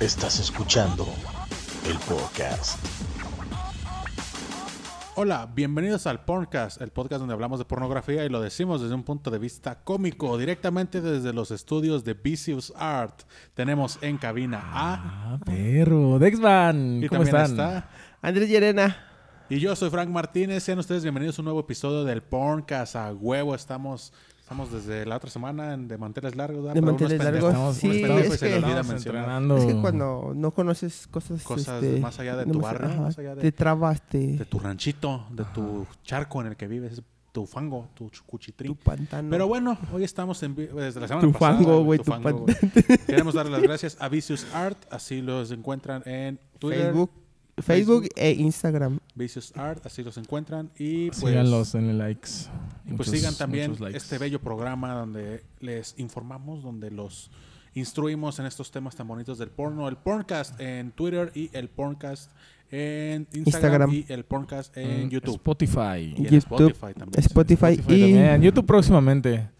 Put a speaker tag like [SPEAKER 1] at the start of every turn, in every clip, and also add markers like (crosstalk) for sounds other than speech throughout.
[SPEAKER 1] Estás escuchando el podcast.
[SPEAKER 2] Hola, bienvenidos al Porncast, el podcast donde hablamos de pornografía y lo decimos desde un punto de vista cómico, directamente desde los estudios de Vicious Art. Tenemos en cabina a...
[SPEAKER 3] Ah, perro. Dexman,
[SPEAKER 2] Y
[SPEAKER 3] ¿cómo
[SPEAKER 2] también
[SPEAKER 3] están?
[SPEAKER 2] está...
[SPEAKER 4] Andrés Llerena.
[SPEAKER 2] Y yo soy Frank Martínez. Sean ustedes bienvenidos a un nuevo episodio del Porncast. A huevo estamos... Estamos desde la otra semana en de manteles largos. ¿verdad?
[SPEAKER 4] De
[SPEAKER 2] Pero uno es
[SPEAKER 4] manteles
[SPEAKER 2] pendejo.
[SPEAKER 4] largos.
[SPEAKER 3] Estamos, pues,
[SPEAKER 4] Sí,
[SPEAKER 3] sí,
[SPEAKER 2] estamos,
[SPEAKER 4] es
[SPEAKER 2] este, se le
[SPEAKER 4] que-
[SPEAKER 2] olvida
[SPEAKER 3] estamos
[SPEAKER 2] mencionar.
[SPEAKER 3] entrenando.
[SPEAKER 4] Es que cuando no conoces cosas...
[SPEAKER 2] Cosas
[SPEAKER 4] este,
[SPEAKER 2] más allá de tu
[SPEAKER 4] no más-
[SPEAKER 2] barrio,
[SPEAKER 4] ajá,
[SPEAKER 2] más allá de-
[SPEAKER 4] Te trabas, te-
[SPEAKER 2] De tu ranchito, de tu charco en el que vives, tu fango, tu ch- cuchitrín.
[SPEAKER 4] tu pantano.
[SPEAKER 2] Pero bueno, hoy estamos en vi- desde la semana
[SPEAKER 4] Tu
[SPEAKER 2] pasada.
[SPEAKER 4] fango, güey,
[SPEAKER 2] tu
[SPEAKER 4] tu
[SPEAKER 2] fango,
[SPEAKER 4] pan- (laughs)
[SPEAKER 2] güey. Queremos darle las gracias a Vicious Art, así los encuentran en Twitter,
[SPEAKER 4] Facebook, Facebook e Instagram.
[SPEAKER 2] Vicious Art, así los encuentran y pues
[SPEAKER 3] Síganlos, denle likes.
[SPEAKER 2] y pues sigan también este bello programa donde les informamos, donde los instruimos en estos temas tan bonitos del porno, el Porncast en Twitter y el Porncast en Instagram,
[SPEAKER 4] Instagram. Mm,
[SPEAKER 2] y el Porncast en YouTube.
[SPEAKER 3] Spotify.
[SPEAKER 2] Y en
[SPEAKER 4] YouTube,
[SPEAKER 2] Spotify también.
[SPEAKER 4] Spotify,
[SPEAKER 3] Spotify
[SPEAKER 4] y...
[SPEAKER 3] también. YouTube próximamente.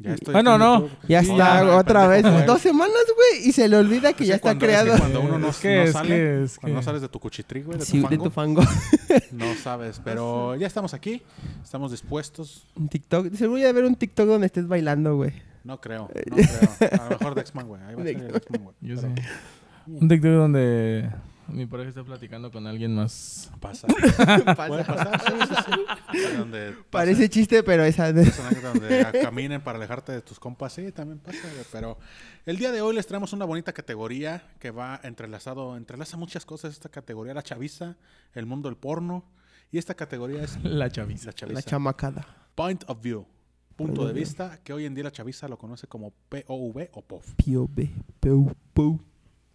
[SPEAKER 2] Ya estoy-
[SPEAKER 3] Bueno,
[SPEAKER 2] estoy en
[SPEAKER 3] no.
[SPEAKER 2] YouTube.
[SPEAKER 4] Ya
[SPEAKER 2] Sí,
[SPEAKER 4] está
[SPEAKER 2] no,
[SPEAKER 4] otra vez.
[SPEAKER 2] pendejo, güey.
[SPEAKER 4] Dos semanas, güey. Y se le olvida (laughs) que
[SPEAKER 2] Es
[SPEAKER 4] ya
[SPEAKER 2] que
[SPEAKER 4] está
[SPEAKER 2] cuando- es que
[SPEAKER 4] creado.
[SPEAKER 2] cuando uno no,
[SPEAKER 3] Es que-
[SPEAKER 2] no
[SPEAKER 3] es
[SPEAKER 2] sale,
[SPEAKER 3] que- es
[SPEAKER 2] cuando no
[SPEAKER 3] que-
[SPEAKER 2] sales de tu cuchitrí, güey, de
[SPEAKER 4] Sí,
[SPEAKER 2] tu
[SPEAKER 4] de
[SPEAKER 2] fango,
[SPEAKER 4] tu fango.
[SPEAKER 2] no sabes.
[SPEAKER 4] (laughs)
[SPEAKER 2] Pero ya estamos aquí, estamos dispuestos.
[SPEAKER 4] Un TikTok. Seguro ya haber un TikTok donde estés bailando, güey.
[SPEAKER 2] No creo,
[SPEAKER 4] Eh.
[SPEAKER 2] no creo. A lo mejor Dexman, güey. Ahí va a salir el Dexman, güey.
[SPEAKER 3] Yo
[SPEAKER 2] Pero
[SPEAKER 3] sé. Un TikTok donde mi pareja está platicando con alguien más.
[SPEAKER 2] (laughs)
[SPEAKER 3] (laughs)
[SPEAKER 2] Pasa.
[SPEAKER 4] (laughs) Pasa.
[SPEAKER 2] Puede pasar, sí, sí, sí.
[SPEAKER 4] (laughs)
[SPEAKER 2] Donde pasa-
[SPEAKER 4] Parece chiste, pero esa...
[SPEAKER 2] Es una anécdota
[SPEAKER 4] (laughs)
[SPEAKER 2] donde caminen para alejarte de tus compas, sí, también pasa, güey, pero el día de hoy les traemos una bonita categoría que va entrelazado, entrelaza muchas cosas esta categoría, la chaviza, el mundo del porno, y esta categoría es
[SPEAKER 3] La chaviza.
[SPEAKER 2] la chaviza.
[SPEAKER 4] La chamacada.
[SPEAKER 2] Point of view, punto
[SPEAKER 4] of
[SPEAKER 2] de
[SPEAKER 4] view.
[SPEAKER 2] vista, que hoy en día la chaviza lo conoce como POV o POV.
[SPEAKER 4] POV. POV.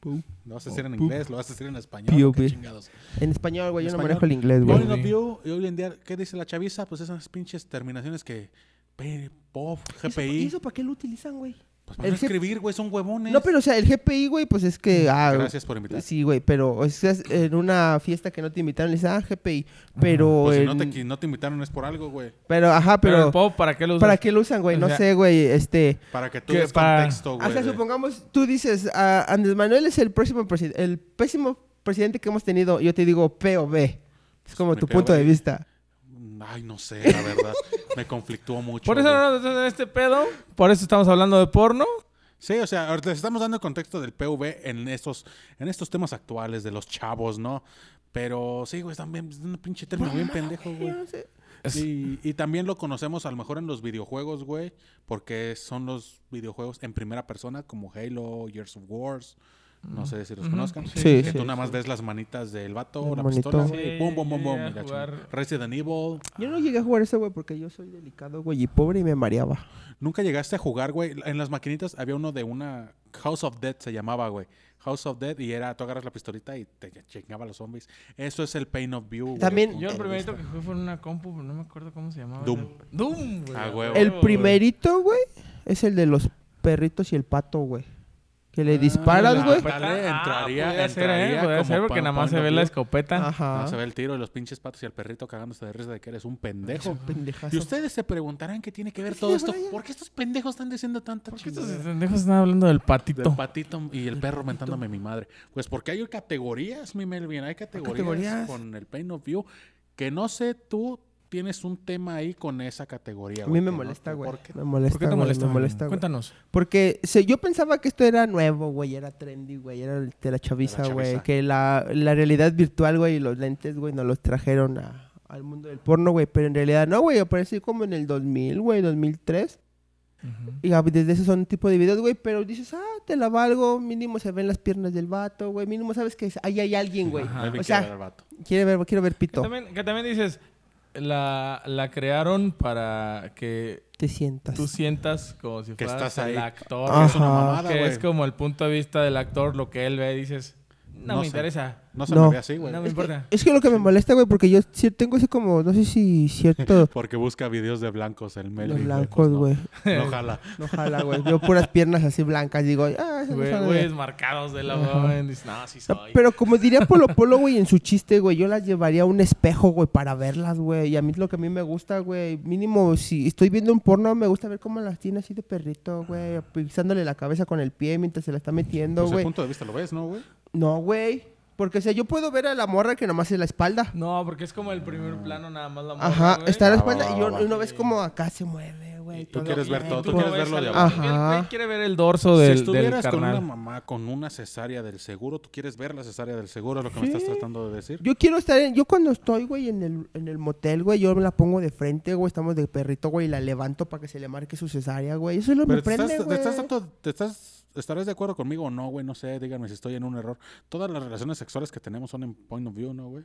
[SPEAKER 4] POV.
[SPEAKER 2] Lo vas a decir en
[SPEAKER 4] POV.
[SPEAKER 2] inglés, lo vas a decir en español, qué
[SPEAKER 4] POV.
[SPEAKER 2] chingados.
[SPEAKER 4] En español, güey.
[SPEAKER 2] En
[SPEAKER 4] Yo no
[SPEAKER 2] español.
[SPEAKER 4] manejo el inglés, güey.
[SPEAKER 2] Point
[SPEAKER 3] güey.
[SPEAKER 2] of view, y hoy en día, ¿qué dice la chaviza? Pues esas pinches terminaciones que... P- POV,
[SPEAKER 4] ¿Y
[SPEAKER 2] GPI,
[SPEAKER 4] eso para qué lo utilizan, güey?
[SPEAKER 2] pues para no
[SPEAKER 4] el G-
[SPEAKER 2] escribir, güey, son huevones.
[SPEAKER 4] No, pero o sea, el GPI, güey, pues es que... Ah,
[SPEAKER 2] Gracias por invitar.
[SPEAKER 4] Sí, güey, pero o sea, es en una fiesta que no te invitaron, le dices, ah, GPI. Pero...
[SPEAKER 2] Pues si no
[SPEAKER 4] en-
[SPEAKER 2] te, qui- no te invitaron es por algo, güey.
[SPEAKER 4] Pero, ajá,
[SPEAKER 3] Pero, el
[SPEAKER 4] pero...
[SPEAKER 3] pop, ¿para qué lo usas?
[SPEAKER 4] ¿Para qué lo usan, güey?
[SPEAKER 3] O
[SPEAKER 4] No
[SPEAKER 3] sea-
[SPEAKER 4] sé, güey. Este...
[SPEAKER 2] Para que tú
[SPEAKER 3] Que
[SPEAKER 2] des
[SPEAKER 3] para-
[SPEAKER 2] contexto, güey.
[SPEAKER 4] O sea,
[SPEAKER 2] de-
[SPEAKER 4] supongamos, tú dices, "Ah, Andrés Manuel es el próximo presi- el pésimo presidente que hemos tenido. Yo te digo P o B. Es como
[SPEAKER 2] mi
[SPEAKER 4] tu
[SPEAKER 2] POV.
[SPEAKER 4] punto de vista.
[SPEAKER 2] Mm, Ay, no sé, la
[SPEAKER 4] (laughs)
[SPEAKER 2] verdad. Me conflictúa mucho.
[SPEAKER 3] Por eso
[SPEAKER 2] güey.
[SPEAKER 3] no nos hacen este pedo. Por eso estamos hablando de porno.
[SPEAKER 2] Sí, o sea, ahorita les estamos dando el contexto del PV en estos, en estos temas actuales de los chavos, ¿no? Pero sí, güey, también es un pinche término bien pendejo, güey.
[SPEAKER 4] No sé.
[SPEAKER 2] Y, y también lo conocemos a lo mejor en los videojuegos, güey, porque son los videojuegos en primera persona, como Halo, Years of Wars. No sé si los conozcan.
[SPEAKER 4] Sí,
[SPEAKER 2] que
[SPEAKER 4] sí,
[SPEAKER 2] tú nada más ves las manitas del vato,
[SPEAKER 4] El
[SPEAKER 2] la
[SPEAKER 4] monito.
[SPEAKER 2] pistola, güey,
[SPEAKER 3] Sí,
[SPEAKER 2] y boom, boom, boom,
[SPEAKER 3] yo
[SPEAKER 2] boom.
[SPEAKER 3] llegué a
[SPEAKER 2] y la
[SPEAKER 3] jugar.
[SPEAKER 2] chingada. Resident Evil.
[SPEAKER 4] Yo no llegué a jugar eso, güey, porque yo soy delicado, güey, y pobre y me mareaba.
[SPEAKER 2] Nunca llegaste a jugar, güey. En las maquinitas había uno de una House of Dead se llamaba, güey. House of Dead y era tú agarras la pistolita y te chingaba a los zombies. Eso es el pain of view. güey.
[SPEAKER 4] También-
[SPEAKER 3] Yo el primerito que jugué fue en una compu, pero no me acuerdo cómo se llamaba.
[SPEAKER 2] Doom.
[SPEAKER 3] Doom, güey.
[SPEAKER 2] Ah, huevo.
[SPEAKER 4] El primerito, güey, es el de los perritos y el pato, güey. Que le disparas,
[SPEAKER 2] Ah, la
[SPEAKER 4] güey.
[SPEAKER 2] pata- Dale, entraría-
[SPEAKER 3] podría ser, ¿eh?
[SPEAKER 2] entraría
[SPEAKER 3] Podría
[SPEAKER 2] como
[SPEAKER 3] ser porque
[SPEAKER 2] pan-
[SPEAKER 3] nada más
[SPEAKER 2] pan
[SPEAKER 3] se
[SPEAKER 2] de
[SPEAKER 3] ve
[SPEAKER 2] Dios.
[SPEAKER 3] la escopeta.
[SPEAKER 4] Ajá.
[SPEAKER 2] No "Ah, se ve el tiro y los pinches patos y el perrito cagándose de risa de que eres un pendejo.
[SPEAKER 4] Pendejazo.
[SPEAKER 2] Y ustedes se preguntarán qué tiene que ver
[SPEAKER 4] Sí,
[SPEAKER 2] todo esto.
[SPEAKER 4] Brian.
[SPEAKER 2] ¿Por qué estos pendejos están diciendo tanta
[SPEAKER 3] ¿Por qué estos
[SPEAKER 2] chingada?
[SPEAKER 3] pendejos están hablando del patito?
[SPEAKER 2] Del patito y el perro mentándome mi madre. Pues porque hay categorías, mi Melvin. Hay categorías,
[SPEAKER 4] categorías.
[SPEAKER 2] con el pain of view. Que no sé, tú tienes un tema ahí con esa categoría.
[SPEAKER 4] A
[SPEAKER 2] güey,
[SPEAKER 4] mí me
[SPEAKER 2] que no-
[SPEAKER 4] molesta, güey.
[SPEAKER 2] ¿Por qué?
[SPEAKER 4] Me molesta,
[SPEAKER 3] ¿Por qué te
[SPEAKER 4] güey,
[SPEAKER 3] molesta?
[SPEAKER 4] Me molesta, güey.
[SPEAKER 3] Cuéntanos.
[SPEAKER 4] Porque se- yo pensaba que esto era nuevo, güey, era trendy, güey, era el- de la chaviza,
[SPEAKER 2] chaviza.
[SPEAKER 4] güey, que la, la realidad virtual, güey, y los lentes, güey, nos los trajeron a- al mundo del porno, güey, pero en realidad no, güey, apareció como en el 2000, güey, 2003, y a- desde eso son tipo de videos, güey, pero dices, ah, te la valgo, mínimo se ven las piernas del vato, güey, mínimo sabes que ahí hay alguien, güey,
[SPEAKER 3] Ajá.
[SPEAKER 2] Melvin
[SPEAKER 4] o
[SPEAKER 2] quiere ver
[SPEAKER 4] sea,
[SPEAKER 2] al vato.
[SPEAKER 4] quiere ver, quiero ver
[SPEAKER 3] Que
[SPEAKER 4] pito,
[SPEAKER 3] también, que también dices, la, la crearon para que
[SPEAKER 4] te sientas.
[SPEAKER 3] tú sientas como si
[SPEAKER 2] Que
[SPEAKER 3] fueras
[SPEAKER 2] estás ahí.
[SPEAKER 3] el actor.
[SPEAKER 4] Ah,
[SPEAKER 2] Es una
[SPEAKER 4] Ajá.
[SPEAKER 2] mamada,
[SPEAKER 3] que
[SPEAKER 2] güey.
[SPEAKER 3] es como el punto de vista del actor, lo que él ve, dices, no,
[SPEAKER 2] No
[SPEAKER 3] me
[SPEAKER 2] sé.
[SPEAKER 3] interesa.
[SPEAKER 2] No se me
[SPEAKER 4] No.
[SPEAKER 2] ve así, güey. (laughs)
[SPEAKER 3] No me importa.
[SPEAKER 4] Es que lo que me molesta, güey, porque yo sí tengo ese como, no sé si
[SPEAKER 3] (laughs)
[SPEAKER 4] cierto,
[SPEAKER 2] Porque busca videos de blancos el Melvin. güey, pues
[SPEAKER 4] los blancos,
[SPEAKER 2] no.
[SPEAKER 4] güey.
[SPEAKER 2] No jala.
[SPEAKER 4] No jala, güey. Veo puras piernas así blancas. Digo, ah, (laughs) no, eso no
[SPEAKER 3] Güey-
[SPEAKER 4] sale
[SPEAKER 3] Güeyes
[SPEAKER 4] bien".
[SPEAKER 3] marcados de la mamá. Dice, no, sí
[SPEAKER 4] No,
[SPEAKER 3] soy.
[SPEAKER 4] Pero como diría Polo Polo, güey, en su chiste, güey, yo las llevaría a un espejo, güey, para verlas, güey. Y a mí es lo que a mí me gusta, güey. Mínimo, si estoy viendo un porno, me gusta ver cómo las tiene así de perrito,
[SPEAKER 2] Ah.
[SPEAKER 4] güey. Pisándole la cabeza con el pie mientras se la está metiendo,
[SPEAKER 2] Desde el
[SPEAKER 4] güey.
[SPEAKER 2] Pues, punto de vista lo ves, ¿no, güey?
[SPEAKER 4] No, güey. Porque, o sea, yo puedo ver a la morra que nomás es la espalda.
[SPEAKER 3] No, porque es como el primer plano nada más la morra,
[SPEAKER 4] Ajá,
[SPEAKER 3] güey.
[SPEAKER 4] está la
[SPEAKER 1] Va, va,
[SPEAKER 4] espalda y
[SPEAKER 1] va, va.
[SPEAKER 4] yo- uno ves como acá se mueve, güey.
[SPEAKER 2] Y tú
[SPEAKER 4] todo.
[SPEAKER 2] quieres ver
[SPEAKER 3] Y
[SPEAKER 2] todo, tú
[SPEAKER 3] lo
[SPEAKER 2] quieres
[SPEAKER 3] ves
[SPEAKER 2] verlo de
[SPEAKER 3] al-
[SPEAKER 2] abajo.
[SPEAKER 3] el güey
[SPEAKER 4] Ajá.
[SPEAKER 3] quiere ver el dorso Ah, del,
[SPEAKER 2] si
[SPEAKER 3] del
[SPEAKER 2] estuvieras con
[SPEAKER 3] carnal.
[SPEAKER 2] una mamá con una cesárea del seguro, tú quieres ver la cesárea del seguro, es lo que me estás tratando de decir.
[SPEAKER 4] Yo quiero estar en. Yo cuando estoy, güey, en el, en el motel, güey, yo me la pongo de frente, güey. Estamos de perrito, güey, y la levanto para que se le marque su cesárea, güey. Eso es lo que
[SPEAKER 2] Pero
[SPEAKER 4] me
[SPEAKER 2] te
[SPEAKER 4] prende,
[SPEAKER 2] estás, te
[SPEAKER 4] güey.
[SPEAKER 2] estás dando- te estás- estarás de acuerdo conmigo o no, güey, no sé, díganme si estoy en un error. Todas las relaciones sexuales que tenemos son en point of view, ¿no, güey?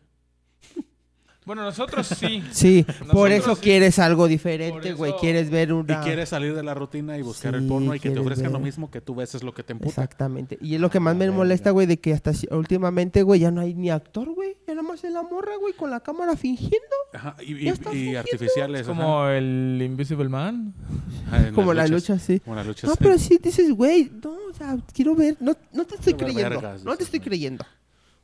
[SPEAKER 3] Bueno,
[SPEAKER 2] (laughs)
[SPEAKER 3] nosotros sí.
[SPEAKER 4] Sí, por eso
[SPEAKER 3] sí.
[SPEAKER 4] quieres algo
[SPEAKER 3] Por
[SPEAKER 4] diferente,
[SPEAKER 3] eso-
[SPEAKER 4] güey. Quieres ver
[SPEAKER 2] Y
[SPEAKER 4] una.
[SPEAKER 2] quieres salir de la rutina y buscar
[SPEAKER 4] Sí,
[SPEAKER 2] el porno y que te
[SPEAKER 4] quieres
[SPEAKER 2] ofrezcan lo
[SPEAKER 4] ver.
[SPEAKER 2] mismo que tú ves es lo que te emputa.
[SPEAKER 4] Exactamente. Y es lo que más
[SPEAKER 2] la
[SPEAKER 4] me
[SPEAKER 2] verga.
[SPEAKER 4] molesta, güey, de que hasta si- últimamente, güey, ya no hay ni actor, güey. Ya nada más es la morra, güey, con la cámara fingiendo.
[SPEAKER 2] Ajá, y- y,
[SPEAKER 4] Ya estás
[SPEAKER 2] y
[SPEAKER 4] fingiendo.
[SPEAKER 2] artificiales. (laughs)
[SPEAKER 3] Como el Invisible Man.
[SPEAKER 2] ajá, en las
[SPEAKER 4] como la
[SPEAKER 2] luchas.
[SPEAKER 4] lucha, sí.
[SPEAKER 2] Como las luchas.
[SPEAKER 4] No, pero sí dices, güey, no, o sea, quiero ver. No, no te estoy
[SPEAKER 2] Quiero ver
[SPEAKER 4] creyendo.
[SPEAKER 2] vergas,
[SPEAKER 4] no te
[SPEAKER 2] dices,
[SPEAKER 4] estoy
[SPEAKER 2] güey.
[SPEAKER 4] creyendo.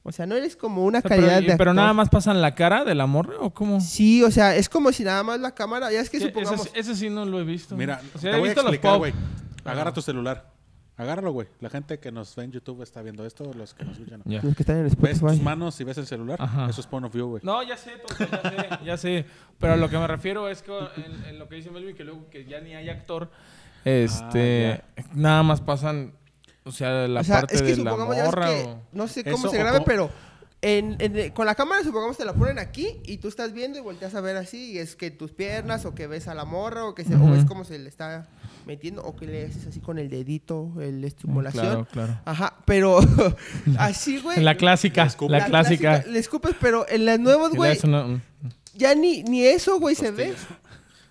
[SPEAKER 4] O sea, no eres como una
[SPEAKER 3] O sea, pero,
[SPEAKER 4] calidad de.
[SPEAKER 3] pero
[SPEAKER 4] actor.
[SPEAKER 3] nada más pasan la cara de la morra o cómo?
[SPEAKER 4] Sí, o sea, es como si nada más la cámara. Ya es que
[SPEAKER 3] Sí, ese,
[SPEAKER 4] supongamos.
[SPEAKER 3] ese sí no lo he visto.
[SPEAKER 2] Mira,
[SPEAKER 3] O sea,
[SPEAKER 2] te
[SPEAKER 3] he
[SPEAKER 2] voy a
[SPEAKER 3] visto los
[SPEAKER 2] explicar,
[SPEAKER 3] pop.
[SPEAKER 2] güey. Agarra tu celular. Agárralo, güey. La gente que nos ve en YouTube está viendo esto, los que nos escuchan. no.
[SPEAKER 3] Ya.
[SPEAKER 4] Los que están en
[SPEAKER 2] ¿Ves
[SPEAKER 4] Spotify.
[SPEAKER 2] tus manos y ves el celular?
[SPEAKER 3] Ajá.
[SPEAKER 2] Eso es point of view, güey.
[SPEAKER 3] No, ya sé, tonto, ya sé, ya sé. Pero lo que me refiero es que en, en lo que dice Melvin, que luego que ya ni hay actor,
[SPEAKER 2] Ah,
[SPEAKER 3] este, nada más pasan, o sea, la
[SPEAKER 4] o sea,
[SPEAKER 3] parte
[SPEAKER 4] es que
[SPEAKER 3] de la
[SPEAKER 4] supongamos, ya ves
[SPEAKER 3] morra.
[SPEAKER 4] que-
[SPEAKER 3] o-
[SPEAKER 4] no sé cómo
[SPEAKER 2] Eso
[SPEAKER 4] se
[SPEAKER 2] o
[SPEAKER 4] grabe,
[SPEAKER 2] cómo-
[SPEAKER 4] pero en- en- con la cámara, supongamos, te la ponen aquí y tú estás viendo y volteas a ver así. Y es que tus piernas, o que ves a la morra, o que se, o
[SPEAKER 3] Ujú.
[SPEAKER 4] ves cómo se le está metiendo, o que le haces así con el dedito, el estimulación.
[SPEAKER 3] Claro, claro.
[SPEAKER 4] Ajá, pero (laughs) así, güey.
[SPEAKER 3] La clásica,
[SPEAKER 2] escupe.
[SPEAKER 3] la clásica. um,
[SPEAKER 4] Le escupes, pero en las nuevas,
[SPEAKER 3] Y le
[SPEAKER 4] güey,
[SPEAKER 3] das una- un-
[SPEAKER 4] ya ni, ni eso, güey, se ve. (laughs)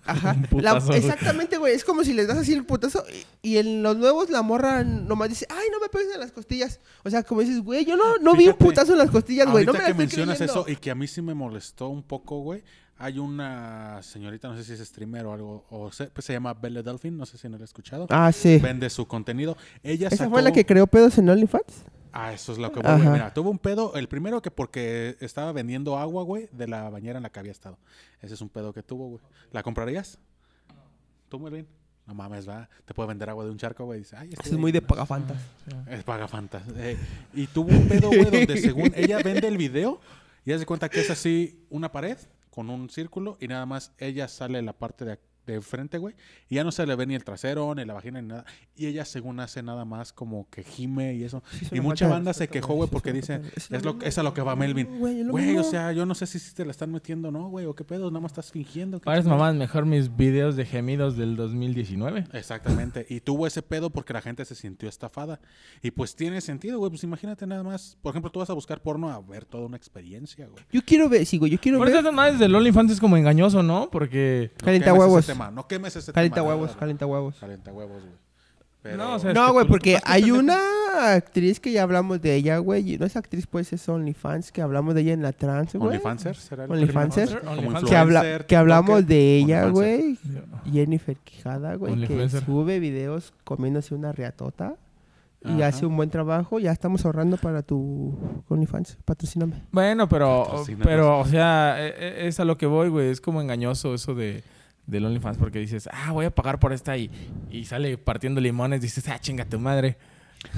[SPEAKER 4] Ajá. La-
[SPEAKER 3] putazo, güey.
[SPEAKER 4] exactamente, güey. Es como si les das así el putazo. Y, y en los nuevos la morra nomás dice, ay, no me pegues en las costillas. O sea, como dices, güey, yo no, no vi un
[SPEAKER 2] Fíjate,
[SPEAKER 4] putazo en las costillas, güey. No
[SPEAKER 2] Ahorita
[SPEAKER 4] me la
[SPEAKER 2] que
[SPEAKER 4] estoy
[SPEAKER 2] mencionas
[SPEAKER 4] creyendo.
[SPEAKER 2] eso y que a mí sí me molestó un poco, güey. Hay una señorita, no sé si es streamer o algo, o se, pues se llama Belle Delphine, no sé si no la he escuchado.
[SPEAKER 4] Ah, sí.
[SPEAKER 2] Vende su contenido. Ella
[SPEAKER 4] ¿Esa
[SPEAKER 2] sacó-
[SPEAKER 4] fue la que creó pedos en OnlyFans?
[SPEAKER 2] Ah, eso es lo que voy,
[SPEAKER 4] Ajá.
[SPEAKER 2] güey. Mira, tuvo un pedo. El primero que porque estaba vendiendo agua, güey, de la bañera en la que había estado. Ese es un pedo que tuvo, güey. ¿La comprarías? Tú, Melvin. No mames, va. Te puedo vender agua de un charco, güey. Dice, ay, este
[SPEAKER 4] Es
[SPEAKER 2] güey
[SPEAKER 4] muy de pagafantas.
[SPEAKER 2] es pagafantas. Eh, y tuvo un pedo, güey, donde según ella vende el video y hace cuenta que es así una pared con un círculo y nada más ella sale la parte de, ac- de frente, güey. Y ya no se le ve ni el trasero, ni la vagina, ni nada. Y ella según hace nada más como que gime y eso.
[SPEAKER 4] Sí, es
[SPEAKER 2] y
[SPEAKER 4] una
[SPEAKER 2] mucha
[SPEAKER 4] falta de
[SPEAKER 2] banda se
[SPEAKER 4] respeto,
[SPEAKER 2] quejó,
[SPEAKER 4] güey,
[SPEAKER 2] güey,
[SPEAKER 4] sí, es
[SPEAKER 2] porque
[SPEAKER 4] una
[SPEAKER 2] dice,
[SPEAKER 4] falta de- es lo
[SPEAKER 2] es, lo,
[SPEAKER 4] mismo,
[SPEAKER 2] es a lo que va
[SPEAKER 4] güey,
[SPEAKER 2] Melvin.
[SPEAKER 4] güey, es lo
[SPEAKER 2] Güey, o
[SPEAKER 4] mismo.
[SPEAKER 2] sea, yo no sé si, sí te la están metiendo, ¿no, güey? ¿O qué pedo? Nada más estás fingiendo. ¿qué
[SPEAKER 3] Varias
[SPEAKER 2] chingados?
[SPEAKER 3] mamás, mejor mis videos de gemidos del 2019.
[SPEAKER 2] Exactamente. Y tuvo ese pedo porque la gente se sintió estafada. Y pues tiene sentido, güey. Pues imagínate nada más. Por ejemplo, tú vas a buscar porno a ver toda una experiencia, güey.
[SPEAKER 4] Yo quiero ver, sí, güey, yo quiero
[SPEAKER 3] Por eso
[SPEAKER 4] ver.
[SPEAKER 3] esas madres del OnlyFans es como engañoso, ¿no? Porque...
[SPEAKER 2] No
[SPEAKER 4] Calienta
[SPEAKER 2] quemes ese
[SPEAKER 4] huevos.
[SPEAKER 2] tema, No quemes ese
[SPEAKER 4] Calienta
[SPEAKER 2] tema. la
[SPEAKER 4] huevos,
[SPEAKER 2] verdad.
[SPEAKER 4] calienta huevos.
[SPEAKER 2] Calienta huevos, güey. Pero...
[SPEAKER 3] No, o sea,
[SPEAKER 4] No,
[SPEAKER 3] Este,
[SPEAKER 4] güey,
[SPEAKER 3] tú- tú
[SPEAKER 4] porque
[SPEAKER 3] vas a
[SPEAKER 4] hay
[SPEAKER 3] tener-
[SPEAKER 4] una (laughs) actriz que ya hablamos de ella, güey. y No es actriz, pues es OnlyFans, que hablamos de ella en la trans, güey.
[SPEAKER 2] OnlyFanser, ¿será el
[SPEAKER 4] OnlyFanser.
[SPEAKER 2] término? Como
[SPEAKER 3] OnlyFanser.
[SPEAKER 4] Que, habla-
[SPEAKER 2] influencer,
[SPEAKER 4] que hablamos
[SPEAKER 2] TikToker,
[SPEAKER 4] de ella,
[SPEAKER 2] OnlyFanser.
[SPEAKER 4] güey. Jennifer Quijada, güey, que
[SPEAKER 3] OnlyFanser.
[SPEAKER 4] sube videos comiéndose una riatota. Y
[SPEAKER 2] Ajá.
[SPEAKER 4] hace un buen trabajo. Ya estamos ahorrando para tu OnlyFans. Patrocíname.
[SPEAKER 3] Bueno, pero,
[SPEAKER 2] Patrocínanos.
[SPEAKER 3] pero, o sea, e- e- es a lo que voy, güey. Es como engañoso eso de del OnlyFans porque dices, ah, voy a pagar por esta y, y sale partiendo limones. Dices, ah, chinga tu madre.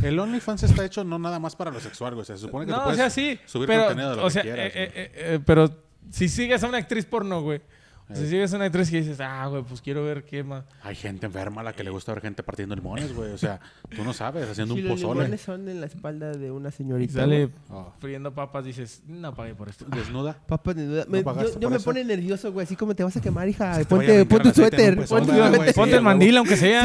[SPEAKER 2] El OnlyFans está hecho no nada más para lo sexual, güey. O sea, se supone que tú
[SPEAKER 3] No, o
[SPEAKER 2] puedes
[SPEAKER 3] sea, sí.
[SPEAKER 2] subir
[SPEAKER 3] pero,
[SPEAKER 2] contenido de lo
[SPEAKER 3] o
[SPEAKER 2] que
[SPEAKER 3] sea,
[SPEAKER 2] quieras.
[SPEAKER 3] eh,
[SPEAKER 2] güey.
[SPEAKER 3] eh, eh, pero si sigues a una actriz porno, güey. O sea,
[SPEAKER 2] Eh.
[SPEAKER 3] Si sigues a una actriz que dices, ah, güey, pues quiero ver qué más.
[SPEAKER 2] Hay gente enferma a la que le gusta ver gente partiendo limones, güey. O sea,
[SPEAKER 3] eh,
[SPEAKER 2] tú no sabes, haciendo
[SPEAKER 4] Si
[SPEAKER 2] un
[SPEAKER 4] los
[SPEAKER 2] pozole.
[SPEAKER 4] limones son en la espalda de una
[SPEAKER 3] Y
[SPEAKER 4] señorita.
[SPEAKER 3] sale
[SPEAKER 4] güey.
[SPEAKER 2] Oh. Ah,
[SPEAKER 3] friendo papas. Dices, no pagué por esto.
[SPEAKER 2] Desnuda.
[SPEAKER 4] Papas de duda.
[SPEAKER 2] ¿No
[SPEAKER 4] Me-
[SPEAKER 2] pagaste
[SPEAKER 4] yo yo
[SPEAKER 2] por
[SPEAKER 4] me
[SPEAKER 2] eso?
[SPEAKER 4] pone nervioso, güey. Así como te vas a quemar, hija.
[SPEAKER 2] Se te vaya a
[SPEAKER 4] ponte
[SPEAKER 2] brincar
[SPEAKER 4] ponte
[SPEAKER 2] el aceite en un
[SPEAKER 4] suéter.
[SPEAKER 2] pezón,
[SPEAKER 4] Ponte
[SPEAKER 2] ¿verdad,
[SPEAKER 4] suéter.
[SPEAKER 2] güey? Sí,
[SPEAKER 3] Ponte
[SPEAKER 2] a
[SPEAKER 3] el
[SPEAKER 2] huevo.
[SPEAKER 3] mandil, aunque sea.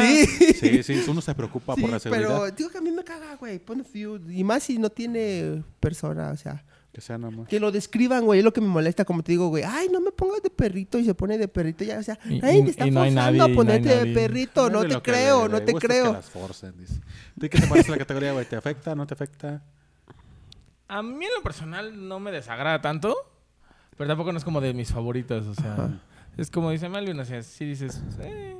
[SPEAKER 2] Sí,
[SPEAKER 4] (laughs)
[SPEAKER 2] sí, uno se preocupa por la
[SPEAKER 4] Sí,
[SPEAKER 2] seguridad.
[SPEAKER 4] pero digo que a mí me caga, güey. Point of view. Y más si no tiene persona, o sea.
[SPEAKER 2] Que sea nada más.
[SPEAKER 4] Que lo describan, güey, es lo que me molesta, como te digo, güey. Ay, no me pongas de perrito y se pone de perrito ya, o sea,
[SPEAKER 3] Y-
[SPEAKER 4] ay,
[SPEAKER 3] y-
[SPEAKER 4] te está
[SPEAKER 3] y no hay
[SPEAKER 4] forzando
[SPEAKER 3] nadie, y
[SPEAKER 4] a
[SPEAKER 3] no hay
[SPEAKER 4] ponerte
[SPEAKER 3] nadie.
[SPEAKER 4] de perrito, no
[SPEAKER 2] Dale
[SPEAKER 4] te
[SPEAKER 2] lo que
[SPEAKER 4] creo,
[SPEAKER 2] le
[SPEAKER 4] no te
[SPEAKER 2] gusta Que
[SPEAKER 4] creo.
[SPEAKER 2] las forcen, dice. ¿Tú y qué te parece la categoría, güey? ¿Te afecta? ¿No te afecta?
[SPEAKER 3] A mí en lo personal no me desagrada tanto, pero tampoco no es
[SPEAKER 2] Ah.
[SPEAKER 3] como de mis favoritas, o sea, es como dice Melvin, o sea, si dices, eh,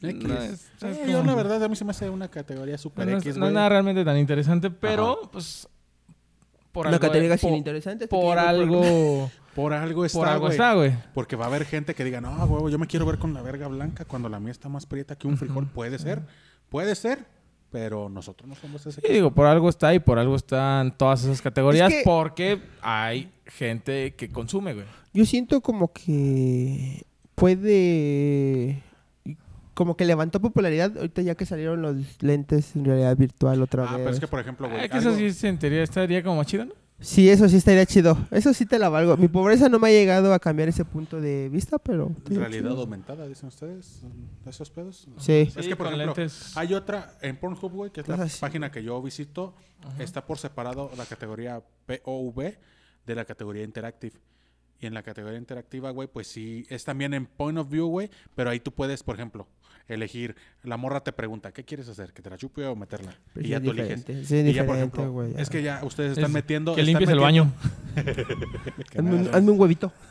[SPEAKER 2] X.
[SPEAKER 3] No es- no es
[SPEAKER 2] Eh,
[SPEAKER 3] como-
[SPEAKER 2] yo, la verdad, a mí se me hace una categoría
[SPEAKER 3] No,
[SPEAKER 2] super
[SPEAKER 3] no es-
[SPEAKER 2] X,
[SPEAKER 3] no es
[SPEAKER 2] güey.
[SPEAKER 3] nada realmente tan interesante, pero pues por
[SPEAKER 4] Una
[SPEAKER 3] algo
[SPEAKER 4] categoría
[SPEAKER 3] po-
[SPEAKER 4] sin (laughs) interesante. hasta que
[SPEAKER 3] por
[SPEAKER 4] llegó el programa. (laughs)
[SPEAKER 3] algo
[SPEAKER 2] Por algo está,
[SPEAKER 3] por algo
[SPEAKER 2] güey.
[SPEAKER 3] está, güey.
[SPEAKER 2] Porque va a haber gente que diga, no, huevo, yo me quiero ver con la verga blanca cuando la mía está más prieta que un frijol. Puede ser, puede ser, pero nosotros no somos ese. Ah,
[SPEAKER 3] Y digo, por algo está y por algo están todas esas categorías
[SPEAKER 4] Es que-
[SPEAKER 3] porque hay gente que consume, güey.
[SPEAKER 4] Yo siento como que puede... Como que levantó popularidad ahorita ya que salieron los lentes en realidad virtual otra
[SPEAKER 2] Ah,
[SPEAKER 4] vez.
[SPEAKER 2] pero es que, por ejemplo, güey.
[SPEAKER 3] Ah, que eso
[SPEAKER 2] algo-
[SPEAKER 3] sí sentiría, estaría como más chido, ¿no?
[SPEAKER 4] Sí, eso sí estaría chido. Eso sí te la valgo. Mi pobreza no me ha llegado a cambiar ese punto de vista, pero...
[SPEAKER 2] Realidad aumentada, dicen ustedes, de esos pedos.
[SPEAKER 4] Sí.
[SPEAKER 2] es
[SPEAKER 3] Sí,
[SPEAKER 2] que, por
[SPEAKER 3] con
[SPEAKER 2] ejemplo,
[SPEAKER 3] lentes.
[SPEAKER 2] hay otra en Pornhub, güey, que es la
[SPEAKER 4] Cosas así.
[SPEAKER 2] página que yo visito. Está por separado la categoría POV de la categoría Interactive. Y en la categoría interactiva, güey, pues sí, es también en point of view, güey, pero ahí tú puedes, por ejemplo, elegir, la morra te pregunta, ¿qué quieres hacer? ¿Que te la chupe o meterla? y
[SPEAKER 4] Pero Pues sí
[SPEAKER 2] ya
[SPEAKER 4] es
[SPEAKER 2] tú eliges.
[SPEAKER 4] diferente, sí es
[SPEAKER 2] y ya, por
[SPEAKER 4] diferente,
[SPEAKER 2] ejemplo,
[SPEAKER 4] güey, ya.
[SPEAKER 2] es que ya ustedes están
[SPEAKER 3] Es-
[SPEAKER 2] metiendo...
[SPEAKER 3] Que
[SPEAKER 2] están
[SPEAKER 3] limpies el
[SPEAKER 2] metiendo-
[SPEAKER 3] baño.
[SPEAKER 2] Que
[SPEAKER 4] Hazme un,
[SPEAKER 2] nada,
[SPEAKER 4] hazme un huevito.
[SPEAKER 3] (laughs)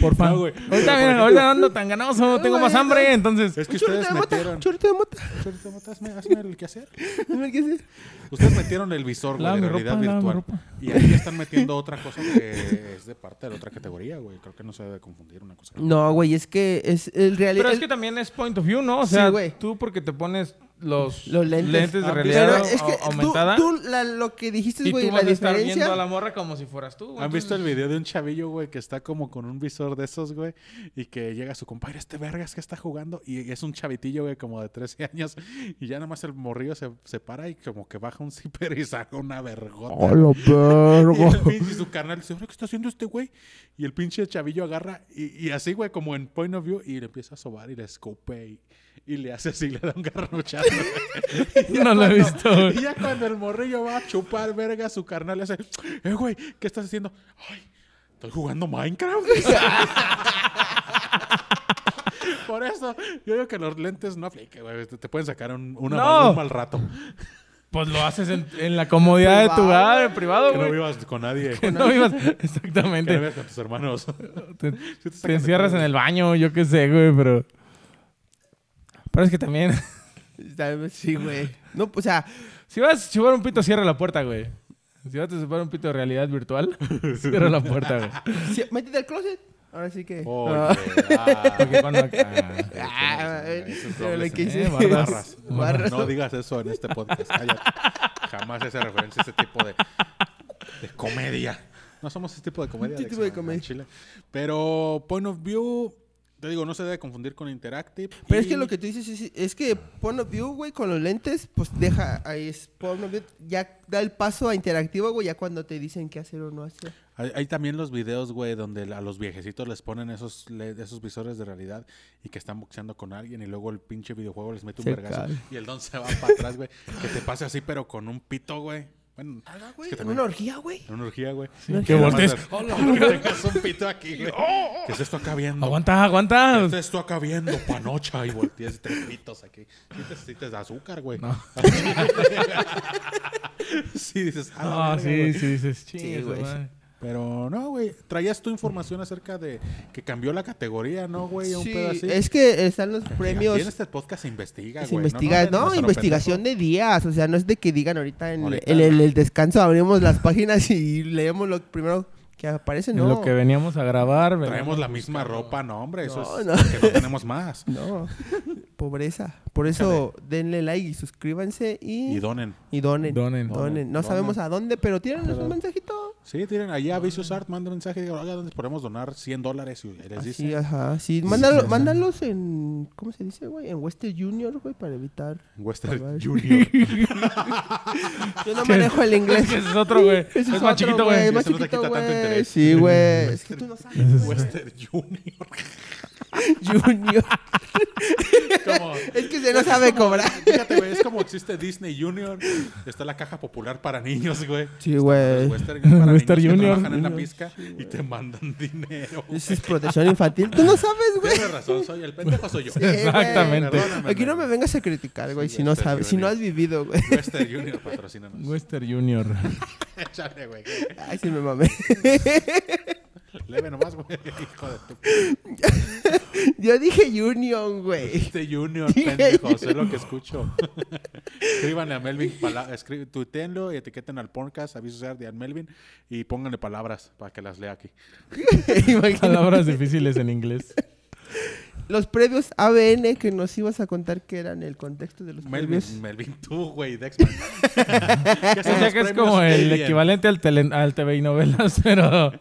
[SPEAKER 3] Por
[SPEAKER 2] No,
[SPEAKER 3] favor.
[SPEAKER 2] güey.
[SPEAKER 3] ahorita, miren, ahorita ando tan ganoso, tengo más hambre, entonces.
[SPEAKER 2] Es que
[SPEAKER 4] Un chorrito
[SPEAKER 2] ustedes
[SPEAKER 4] de mota.
[SPEAKER 2] metieron...
[SPEAKER 4] Chorrito de mota. (laughs)
[SPEAKER 2] Chorrito, mota, hazme- hazme el quehacer.
[SPEAKER 4] Dime qué es.
[SPEAKER 2] Ustedes metieron el visor, güey,
[SPEAKER 3] Lava
[SPEAKER 2] de
[SPEAKER 3] mi
[SPEAKER 2] realidad
[SPEAKER 3] ropa, lava mi
[SPEAKER 2] virtual.
[SPEAKER 3] ropa.
[SPEAKER 2] Y ahí están metiendo otra cosa que es de parte de la otra categoría, güey. Creo que no se debe confundir una cosa. con otra.
[SPEAKER 4] No, güey, es que es el realidad.
[SPEAKER 3] Pero es que también es point of view, ¿no? O
[SPEAKER 4] Sí,
[SPEAKER 3] sea,
[SPEAKER 4] güey.
[SPEAKER 3] tú porque te pones los,
[SPEAKER 4] Los lentes.
[SPEAKER 3] de
[SPEAKER 2] Ah,
[SPEAKER 3] realidad
[SPEAKER 2] pero
[SPEAKER 3] au-
[SPEAKER 4] que tú-
[SPEAKER 3] aumentada
[SPEAKER 4] Tú, la- lo que dijiste,
[SPEAKER 3] y
[SPEAKER 4] güey,
[SPEAKER 3] tú
[SPEAKER 4] la
[SPEAKER 3] vas a estar viendo a
[SPEAKER 4] diferencia.
[SPEAKER 3] la morra como si fueras tú. güey.
[SPEAKER 2] ¿Han visto el
[SPEAKER 3] Entonces,
[SPEAKER 2] video de un chavillo, güey, que está como con un visor de esos, güey? Y que llega su compadre, este vergas que está jugando. Y es un chavitillo, güey, como de 13 años. Y ya nada más el morrillo se, se para y como que baja un zipper y saca una vergota. (laughs)
[SPEAKER 4] lo
[SPEAKER 2] Y, el
[SPEAKER 4] vergo.
[SPEAKER 2] pinche- y su carnal dice, "Ahora, ¿qué está haciendo este güey? Y el pinche chavillo agarra y, y así, güey, como en point of view, y le empieza a sobar y le escupe y, y le hace así, (laughs) le da un garrochazo. Y ya
[SPEAKER 3] (laughs) No lo he
[SPEAKER 2] cuando-
[SPEAKER 3] visto, güey.
[SPEAKER 2] Y ya cuando el morrillo va a chupar verga, su carnal le hace, eh, güey, ¿qué estás haciendo? Ay, estoy jugando Minecraft. (laughs) Por eso, yo digo que los lentes no apliquen, güey. Te te pueden sacar un, una
[SPEAKER 3] No.
[SPEAKER 2] mal- un mal rato.
[SPEAKER 3] Pues lo haces en, en la comodidad de tu
[SPEAKER 4] Privado,
[SPEAKER 3] hogar, en privado,
[SPEAKER 2] Que no
[SPEAKER 3] güey.
[SPEAKER 2] vivas con nadie.
[SPEAKER 3] (laughs) Que no vivas.
[SPEAKER 2] Que no
[SPEAKER 3] Exactamente.
[SPEAKER 2] vivas con tus hermanos. (laughs)
[SPEAKER 3] Te,
[SPEAKER 2] Sí te
[SPEAKER 3] te
[SPEAKER 2] sacan de
[SPEAKER 3] encierras
[SPEAKER 2] pedo,
[SPEAKER 3] en el baño, yo qué sé, güey, pero. Pero es que también. (laughs)
[SPEAKER 4] Sí, güey. No, pues, o sea,
[SPEAKER 3] Si vas a chupar un pito, cierra la puerta, güey. Si vas a chupar un pito de realidad virtual, (laughs) cierra la puerta, güey.
[SPEAKER 4] si- métete al closet. Ahora sí que.
[SPEAKER 2] Oye,
[SPEAKER 3] (laughs)
[SPEAKER 4] Ah,
[SPEAKER 2] ah,
[SPEAKER 3] Porque cuando acá-
[SPEAKER 4] ah,
[SPEAKER 2] Eso es
[SPEAKER 4] pero
[SPEAKER 2] doble
[SPEAKER 4] lo que
[SPEAKER 3] sentido.
[SPEAKER 4] hice
[SPEAKER 3] Eh, barras.
[SPEAKER 2] barras.
[SPEAKER 4] Barras.
[SPEAKER 2] No digas eso en este podcast. cállate. Jamás esa referencia a ese tipo de, de comedia. No somos ese tipo de comedia.
[SPEAKER 4] Ese
[SPEAKER 2] Alex,
[SPEAKER 4] Este tipo de
[SPEAKER 2] en- en
[SPEAKER 4] comedia.
[SPEAKER 2] Chile. Pero Point of View, te digo, no se debe confundir con Interactive.
[SPEAKER 4] Pero es
[SPEAKER 2] y-
[SPEAKER 4] que lo que tú dices es, es que porno view, güey, con los lentes, pues deja ahí es porno view, ya da el paso a interactivo, güey, ya cuando te dicen qué hacer o no hacer.
[SPEAKER 2] Hay, hay también los videos, güey, donde a los viejecitos les ponen esos, le- esos visores de realidad y que están boxeando con alguien y luego el pinche videojuego les mete un
[SPEAKER 4] Se
[SPEAKER 2] vergazo
[SPEAKER 4] cae.
[SPEAKER 2] y el don se va para atrás, güey. Que te pase así, pero con un pito, güey. Bueno,
[SPEAKER 4] Ah,
[SPEAKER 2] es
[SPEAKER 4] güey,
[SPEAKER 2] que también-
[SPEAKER 4] una orgía, güey.
[SPEAKER 2] En una orgía, güey.
[SPEAKER 4] que
[SPEAKER 2] Que nada más
[SPEAKER 3] voltees.
[SPEAKER 2] de-
[SPEAKER 3] (laughs)
[SPEAKER 2] Que tengas un pito aquí, güey. Que estés tú acá viendo.
[SPEAKER 3] ¡Oh! Aguanta,
[SPEAKER 2] Que
[SPEAKER 3] aguanta.
[SPEAKER 2] estés tú acá viendo panocha y voltees tres pitos aquí. Sí te, sí te da azúcar, güey.
[SPEAKER 3] No.
[SPEAKER 2] (laughs) sí dices, ah, la
[SPEAKER 3] Ah,
[SPEAKER 2] verga,
[SPEAKER 3] sí,
[SPEAKER 2] güey.
[SPEAKER 3] sí, dices,
[SPEAKER 4] Sí,
[SPEAKER 3] "Chingue su
[SPEAKER 4] güey.
[SPEAKER 3] madre".
[SPEAKER 2] Pero no, güey. Traías tu información acerca de que cambió la categoría, ¿no, güey? A un
[SPEAKER 4] Sí,
[SPEAKER 2] pedo así.
[SPEAKER 4] es que están los
[SPEAKER 2] Premios. Aquí en
[SPEAKER 4] premios
[SPEAKER 2] este podcast se investiga,
[SPEAKER 4] Se
[SPEAKER 2] güey.
[SPEAKER 4] investiga,
[SPEAKER 2] de
[SPEAKER 4] no,
[SPEAKER 2] nuestro
[SPEAKER 4] investigación de días, o sea, no es de que digan ahorita en,
[SPEAKER 2] Ahorita,
[SPEAKER 4] en
[SPEAKER 2] ¿no?
[SPEAKER 4] el, el descanso abrimos las páginas y leemos lo primero que aparece,
[SPEAKER 3] En
[SPEAKER 4] no.
[SPEAKER 3] lo que veníamos a grabar,
[SPEAKER 2] pendejo.
[SPEAKER 3] ¿verdad?
[SPEAKER 2] Traemos la misma ropa, no, hombre. Eso
[SPEAKER 4] No,
[SPEAKER 2] es
[SPEAKER 4] no.
[SPEAKER 2] porque no tenemos
[SPEAKER 4] (laughs)
[SPEAKER 2] más.
[SPEAKER 4] No, pobreza. Por eso denle like y suscríbanse y,
[SPEAKER 2] Y donen.
[SPEAKER 4] y donen.
[SPEAKER 3] Donen.
[SPEAKER 4] Donen. No
[SPEAKER 2] Donen.
[SPEAKER 4] sabemos a dónde, pero tírenos un mensajito.
[SPEAKER 2] Sí, tienen allá a Vicious Art, manda un mensaje, digan, oiga, ¿dónde podemos donar 100 dólares? Y les
[SPEAKER 4] Así,
[SPEAKER 2] dice,
[SPEAKER 4] ajá. Sí, mándalo- mándalos en, ¿cómo se dice, güey? En Western Junior, güey, para evitar.
[SPEAKER 2] Western
[SPEAKER 4] Bye-bye. (laughs)
[SPEAKER 2] Junior.
[SPEAKER 3] (laughs)
[SPEAKER 4] Yo no manejo el inglés.
[SPEAKER 3] Ese es
[SPEAKER 2] (laughs)
[SPEAKER 3] otro, güey.
[SPEAKER 4] Ese
[SPEAKER 3] Es, más
[SPEAKER 4] otro,
[SPEAKER 3] chiquito, güey.
[SPEAKER 4] Es más
[SPEAKER 2] Ese no te quita
[SPEAKER 4] chiquito,
[SPEAKER 2] tanto
[SPEAKER 4] güey.
[SPEAKER 2] interés.
[SPEAKER 4] Sí, güey.
[SPEAKER 3] (laughs)
[SPEAKER 4] Es que tú no sabes, (laughs) güey.
[SPEAKER 2] Western Junior.
[SPEAKER 4] Junior.
[SPEAKER 3] Como-
[SPEAKER 4] Es que se no sabe cobrar.
[SPEAKER 2] Fíjate, güey, es como existe Disney Junior. Está la caja popular para niños, güey.
[SPEAKER 4] Sí, güey.
[SPEAKER 2] Los Western Junior para
[SPEAKER 3] Western
[SPEAKER 2] niños
[SPEAKER 3] Junior.
[SPEAKER 2] que trabajan en la pizca y te mandan dinero.
[SPEAKER 4] Eso es protección infantil. Tú no sabes, güey.
[SPEAKER 2] Tienes razón, soy el pendejo soy yo.
[SPEAKER 4] güey.
[SPEAKER 3] Exactamente.
[SPEAKER 2] Perdóname,
[SPEAKER 4] Aquí no me
[SPEAKER 2] güey.
[SPEAKER 4] vengas a criticar, güey,
[SPEAKER 2] Sí,
[SPEAKER 4] si no
[SPEAKER 2] Western
[SPEAKER 4] sabes, si no
[SPEAKER 2] Junior.
[SPEAKER 4] has vivido, güey.
[SPEAKER 2] Western Junior, patrocínanos.
[SPEAKER 3] Wester Junior.
[SPEAKER 2] Échale, güey.
[SPEAKER 4] Ay, sí me mamé.
[SPEAKER 2] Leve nomás, güey. Hijo de tu...
[SPEAKER 4] (laughs) Yo dije Union, güey.
[SPEAKER 2] Este Junior, pendejos, es lo que escucho. (laughs) Escríbanle a Melvin, pala- escri- tuiteenlo y etiqueten al podcast, aviso social de Melvin y pónganle palabras para que las lea aquí.
[SPEAKER 4] Imagínate.
[SPEAKER 3] (laughs) Palabras difíciles en inglés.
[SPEAKER 4] Los previos ABN que nos ibas a contar que eran el contexto de los
[SPEAKER 2] Melvin,
[SPEAKER 4] previos.
[SPEAKER 2] Melvin, tú, güey, Dexman.
[SPEAKER 3] (laughs)
[SPEAKER 2] ¿Qué son
[SPEAKER 3] O
[SPEAKER 2] los
[SPEAKER 3] sea que es
[SPEAKER 2] premios
[SPEAKER 3] como el
[SPEAKER 2] Alien?
[SPEAKER 3] equivalente al, tele- al TV y novelas, (laughs) pero, pero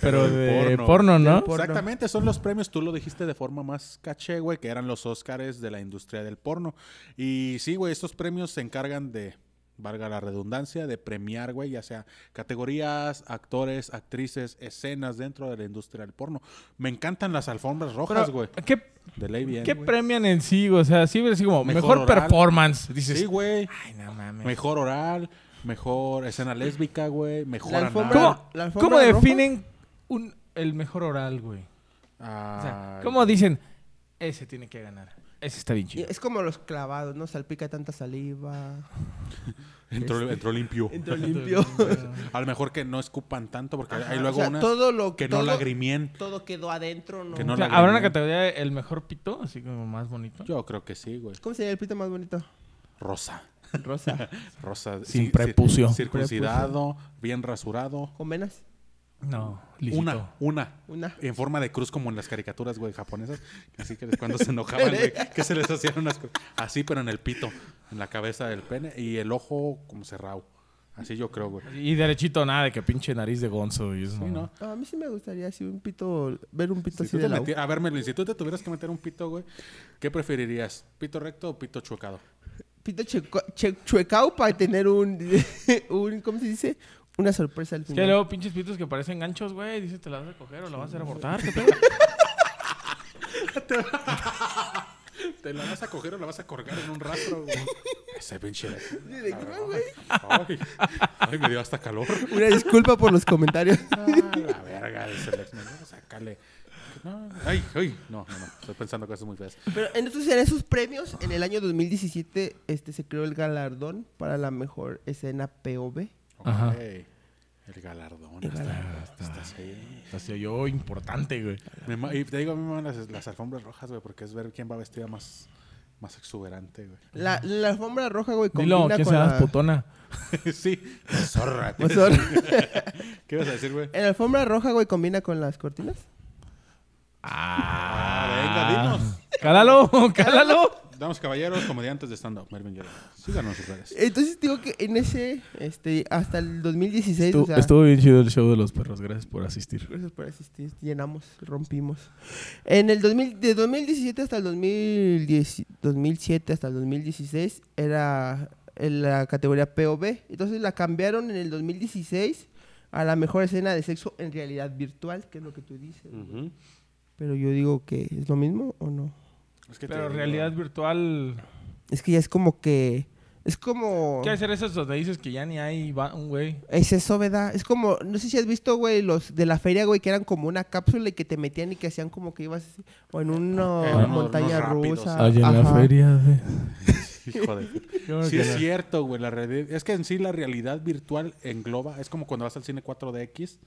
[SPEAKER 2] Pero del
[SPEAKER 3] de
[SPEAKER 2] porno.
[SPEAKER 3] porno, ¿no?
[SPEAKER 4] porno.
[SPEAKER 2] Exactamente, son los premios, tú lo dijiste de forma más caché, güey, que eran los Óscares de la industria del porno. Y sí, güey, estos premios se encargan de, valga la redundancia, de premiar, güey, ya sea categorías, actores, actrices, escenas dentro de la industria del porno. Me encantan las alfombras rojas,
[SPEAKER 3] Pero,
[SPEAKER 2] güey,
[SPEAKER 3] ¿Qué,
[SPEAKER 2] de Ley Bien.
[SPEAKER 3] qué
[SPEAKER 2] güey.
[SPEAKER 3] premian en sí? O sea, sí, así como
[SPEAKER 2] Mejor
[SPEAKER 3] mejor,
[SPEAKER 2] oral.
[SPEAKER 3] performance. Dices,
[SPEAKER 2] Sí, güey,
[SPEAKER 3] ay, no mames.
[SPEAKER 2] mejor oral, mejor escena lésbica, güey, mejor
[SPEAKER 4] La alfombra-
[SPEAKER 2] anal.
[SPEAKER 3] ¿Cómo,
[SPEAKER 4] ¿La alfombra
[SPEAKER 3] cómo
[SPEAKER 4] roja?
[SPEAKER 3] definen un, el mejor oral, güey?
[SPEAKER 2] ah,
[SPEAKER 3] O sea,
[SPEAKER 2] Ay,
[SPEAKER 3] ¿cómo dicen? Ese tiene que ganar. Ese está bien
[SPEAKER 4] Y
[SPEAKER 3] chido.
[SPEAKER 4] Es como los clavados, ¿no? Salpica
[SPEAKER 2] (laughs)
[SPEAKER 4] tanta saliva.
[SPEAKER 2] entró, entró limpio.
[SPEAKER 4] Entro limpio.
[SPEAKER 2] A lo mejor que no escupan tanto, porque hay- hay
[SPEAKER 4] Ajá,
[SPEAKER 2] luego
[SPEAKER 4] o sea,
[SPEAKER 2] unas
[SPEAKER 4] todo lo-
[SPEAKER 2] que
[SPEAKER 4] todo-
[SPEAKER 2] no lagrimien.
[SPEAKER 4] (laughs) Todo quedó adentro, ¿no?
[SPEAKER 2] Que no-
[SPEAKER 3] O sea,
[SPEAKER 2] la
[SPEAKER 3] ¿Habrá una
[SPEAKER 2] gané.
[SPEAKER 3] categoría de el mejor pito? Así como más bonito.
[SPEAKER 2] Yo creo que sí, güey.
[SPEAKER 4] ¿Cómo sería el pito más bonito?
[SPEAKER 2] Rosa. (laughs)
[SPEAKER 4] Rosa.
[SPEAKER 2] Rosa.
[SPEAKER 3] Sin
[SPEAKER 2] sí,
[SPEAKER 3] prepucio.
[SPEAKER 2] sí, circuncidado, bien rasurado.
[SPEAKER 4] ¿Con venas?
[SPEAKER 3] No, lisito.
[SPEAKER 2] Una, una.
[SPEAKER 4] Una.
[SPEAKER 2] En forma de cruz como en las caricaturas, güey, japonesas. Así que cuando se enojaban,
[SPEAKER 4] (laughs)
[SPEAKER 2] güey, que se les hacían unas cru- Así, pero en el pito, en la cabeza del pene y el ojo como cerrado. Así yo creo, güey.
[SPEAKER 3] Y derechito nada de que pinche nariz de gonzo. Y eso,
[SPEAKER 2] Sí, ¿no?
[SPEAKER 4] No, a mí sí me gustaría así un pito, ver un pito
[SPEAKER 2] Si
[SPEAKER 4] así
[SPEAKER 2] tú
[SPEAKER 4] de
[SPEAKER 2] te
[SPEAKER 4] lado.
[SPEAKER 2] meti- a ver, Melvin, si tú te tuvieras que meter un pito, güey, ¿qué preferirías? ¿Pito recto o pito chocado?
[SPEAKER 4] Pito checo- che- chuecao para tener un, (laughs) un, ¿cómo se dice? Una sorpresa al
[SPEAKER 3] Es que
[SPEAKER 4] final.
[SPEAKER 3] luego pinches pitos que parecen ganchos, güey. Dices, te la vas a coger o la vas a hacer abortar. ¿Qué pedo? (laughs)
[SPEAKER 2] ¿Te la vas a coger o la vas a colgar en un rastro, güey? (laughs) Ese pinche.
[SPEAKER 4] ¿De qué, güey?
[SPEAKER 2] Ay, ay, me dio hasta calor.
[SPEAKER 4] Una disculpa por los comentarios.
[SPEAKER 2] Ah, la verga, dice el X-Men. Vamos a sacarle. No, ay, ay. No, no, no. Estoy pensando cosas muy feas.
[SPEAKER 4] Pero entonces en esos premios, en el año 2017, este, se creó el galardón para la mejor escena POV.
[SPEAKER 2] Ok.
[SPEAKER 3] Ajá.
[SPEAKER 2] El galardón. Está, está así.
[SPEAKER 3] Hacía yo importante, güey.
[SPEAKER 2] Mi ma- Y te digo, a mí me van las, las alfombras rojas, güey, porque es ver quién va vestida más, más exuberante, güey.
[SPEAKER 4] La, la alfombra roja, güey,
[SPEAKER 3] Dilo,
[SPEAKER 4] combina
[SPEAKER 3] ¿quién
[SPEAKER 4] con
[SPEAKER 3] se
[SPEAKER 4] la...
[SPEAKER 3] llama putona?
[SPEAKER 2] (laughs) sí. Zorra.
[SPEAKER 4] O sea,
[SPEAKER 2] ¿Qué ibas a decir, (laughs) güey?
[SPEAKER 4] en la alfombra roja, güey, combina con las cortinas.
[SPEAKER 2] Ah, venga, dinos.
[SPEAKER 3] Cálalo, cálalo.
[SPEAKER 2] Damos caballeros, comediantes de stand-up. Melvin Llorón. Síganos en sus redes.
[SPEAKER 4] Entonces digo que en ese, este, hasta el 2016, o
[SPEAKER 3] Estuvo,
[SPEAKER 4] sea,
[SPEAKER 3] estuvo bien chido el show de los perros. Gracias por asistir.
[SPEAKER 4] Gracias por asistir. Llenamos, rompimos. En el 2000, de 2017 hasta el 2010 2007 hasta el 2016 era en la categoría POV. Entonces la cambiaron en el 2016 a la mejor escena de sexo en realidad virtual, que es lo que tú dices. güey.
[SPEAKER 2] Ujú.
[SPEAKER 4] Pero yo digo que es lo mismo o no.
[SPEAKER 2] Es que te
[SPEAKER 3] Pero
[SPEAKER 2] digo,
[SPEAKER 3] realidad virtual.
[SPEAKER 4] Es que ya es como que es como
[SPEAKER 3] ¿Qué hacer esos donde dices que ya ni hay va- un güey?
[SPEAKER 4] Es eso, ¿verdad? Es como, no sé si has visto, güey, los de la feria, güey, que eran como una cápsula y que te metían y que hacían como que ibas así, o en una
[SPEAKER 2] Ah, En unos-
[SPEAKER 4] montaña
[SPEAKER 2] unos rápidos,
[SPEAKER 4] rusa.
[SPEAKER 3] Allá en la
[SPEAKER 4] Ah, Ajá.
[SPEAKER 3] feria de...
[SPEAKER 2] (laughs) Hijo
[SPEAKER 3] (laughs)
[SPEAKER 2] de... Sí es cierto, güey, la realidad, es que en sí la realidad virtual engloba, es como cuando vas al cine 4DX,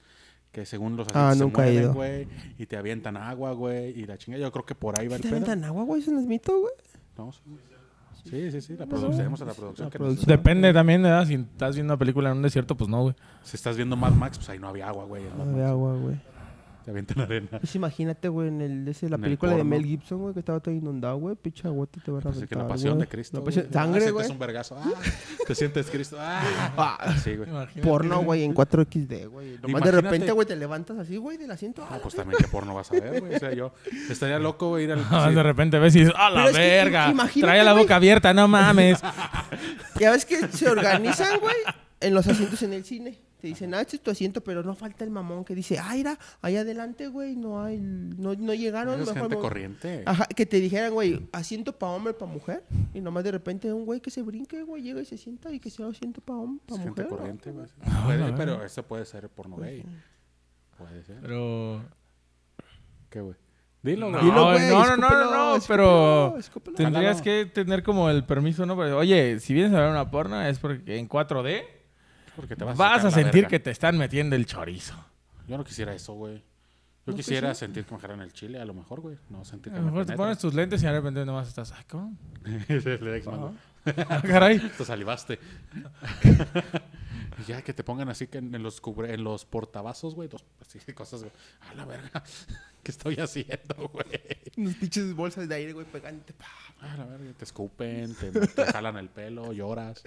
[SPEAKER 2] que según los
[SPEAKER 4] Ah,
[SPEAKER 2] asientos se
[SPEAKER 4] nunca he
[SPEAKER 2] mueven,
[SPEAKER 4] ido.
[SPEAKER 2] güey, y te avientan agua, güey, y la chinga, yo creo que por ahí va el
[SPEAKER 4] ¿Te
[SPEAKER 2] pedo.
[SPEAKER 4] aventan agua, güey? ¿Eso no es mito, güey?
[SPEAKER 2] No, sí, sí, sí, sí, la producción, tenemos a la producción
[SPEAKER 4] La
[SPEAKER 2] que
[SPEAKER 4] producción.
[SPEAKER 3] Depende también, ¿verdad? Si estás viendo una película en un desierto, pues no, güey. (laughs)
[SPEAKER 2] nos- si estás viendo Mad Max, pues ahí no había agua, güey, en
[SPEAKER 4] No
[SPEAKER 2] Mad
[SPEAKER 4] de
[SPEAKER 2] Max.
[SPEAKER 4] agua, güey.
[SPEAKER 2] te avientan arena.
[SPEAKER 4] Pues imagínate, güey, en el, ese, la
[SPEAKER 2] En el
[SPEAKER 4] película de
[SPEAKER 2] porno.
[SPEAKER 4] Mel Gibson, güey, que estaba todo inundado, güey. Picha agota te va a
[SPEAKER 2] Así
[SPEAKER 4] reventar,
[SPEAKER 2] Pues que la pasión
[SPEAKER 4] güey.
[SPEAKER 2] de Cristo.
[SPEAKER 4] La pasión-
[SPEAKER 2] güey. Ah,
[SPEAKER 4] Sangre, güey.
[SPEAKER 2] Sientes un vergazo. Ah, te sientes Cristo. Ah,
[SPEAKER 4] (laughs) Ah,
[SPEAKER 2] sí, güey.
[SPEAKER 3] Imagínate.
[SPEAKER 4] porno, güey, en 4XD, güey. Nomás de
[SPEAKER 2] Imagínate-
[SPEAKER 4] repente, güey, te levantas así, güey, del asiento.
[SPEAKER 2] No, pues también qué porno vas a ver, güey. O sea, yo estaría loco, güey,
[SPEAKER 3] (laughs)
[SPEAKER 2] ir al...
[SPEAKER 3] Ah,
[SPEAKER 2] sí,
[SPEAKER 3] De repente ves y dices, ¡a la
[SPEAKER 4] Pero es que im-
[SPEAKER 3] verga!
[SPEAKER 4] imagínate,
[SPEAKER 3] Trae la
[SPEAKER 4] güey.
[SPEAKER 3] boca abierta, no mames.
[SPEAKER 4] Ya ves que se organizan, güey, en los asientos en el cine. Te dicen, ah, este es tu asiento, pero no falta el mamón que dice, ah, mira, ahí adelante, güey, no hay, no, no
[SPEAKER 2] es
[SPEAKER 4] llegaron. mejor
[SPEAKER 2] gente
[SPEAKER 4] me-
[SPEAKER 2] corriente.
[SPEAKER 4] Ajá, que te dijeran, güey, asiento para hombre, para mujer. Y nomás de repente un güey que se brinque, güey, llega y se sienta y que sea asiento para hombre,
[SPEAKER 2] Es
[SPEAKER 4] para
[SPEAKER 2] gente
[SPEAKER 4] mujer. ¿no?
[SPEAKER 2] corriente, güey.
[SPEAKER 3] No,
[SPEAKER 2] Puede-
[SPEAKER 3] la verdad.
[SPEAKER 2] pero eso puede ser porno gay. Puede ser.
[SPEAKER 3] (laughs) Pero...
[SPEAKER 2] ¿Qué, güey? Dilo,
[SPEAKER 3] No,
[SPEAKER 2] güey.
[SPEAKER 4] Dilo, güey,
[SPEAKER 3] no, no, no,
[SPEAKER 4] escúpelo,
[SPEAKER 3] no,
[SPEAKER 4] escúpelo,
[SPEAKER 3] pero
[SPEAKER 4] escúpelo.
[SPEAKER 3] tendrías
[SPEAKER 2] Jálalo.
[SPEAKER 3] que tener como el permiso, ¿no? Pero, oye, si vienes a ver una porno es porque en 4D
[SPEAKER 2] Porque te
[SPEAKER 3] vas,
[SPEAKER 2] vas,
[SPEAKER 3] a,
[SPEAKER 2] sacar la
[SPEAKER 3] sentir
[SPEAKER 2] verga.
[SPEAKER 3] que te están metiendo el chorizo.
[SPEAKER 2] Yo no quisiera eso, güey. Yo
[SPEAKER 4] No, pues
[SPEAKER 2] quisiera
[SPEAKER 4] sí.
[SPEAKER 2] sentir que me jalaran el chile, a lo mejor, güey. No
[SPEAKER 3] A
[SPEAKER 2] sentir que
[SPEAKER 3] lo mejor te
[SPEAKER 2] penetran.
[SPEAKER 3] pones tus lentes y de repente nomás estás. Ay, cabrón.
[SPEAKER 2] (laughs) Le da exmando.
[SPEAKER 3] (laughs) Ah, Caray.
[SPEAKER 2] Te salivaste. (laughs) Y ya que te pongan así que en, en los cubre, en los portavasos, güey, dos así, cosas, güey. A la verga. (laughs) ¿Qué estoy haciendo, güey?
[SPEAKER 4] Unos pinches bolsas de aire, güey, pegándote. pa.
[SPEAKER 2] A la verga, te escupen, te, te jalan el pelo, lloras.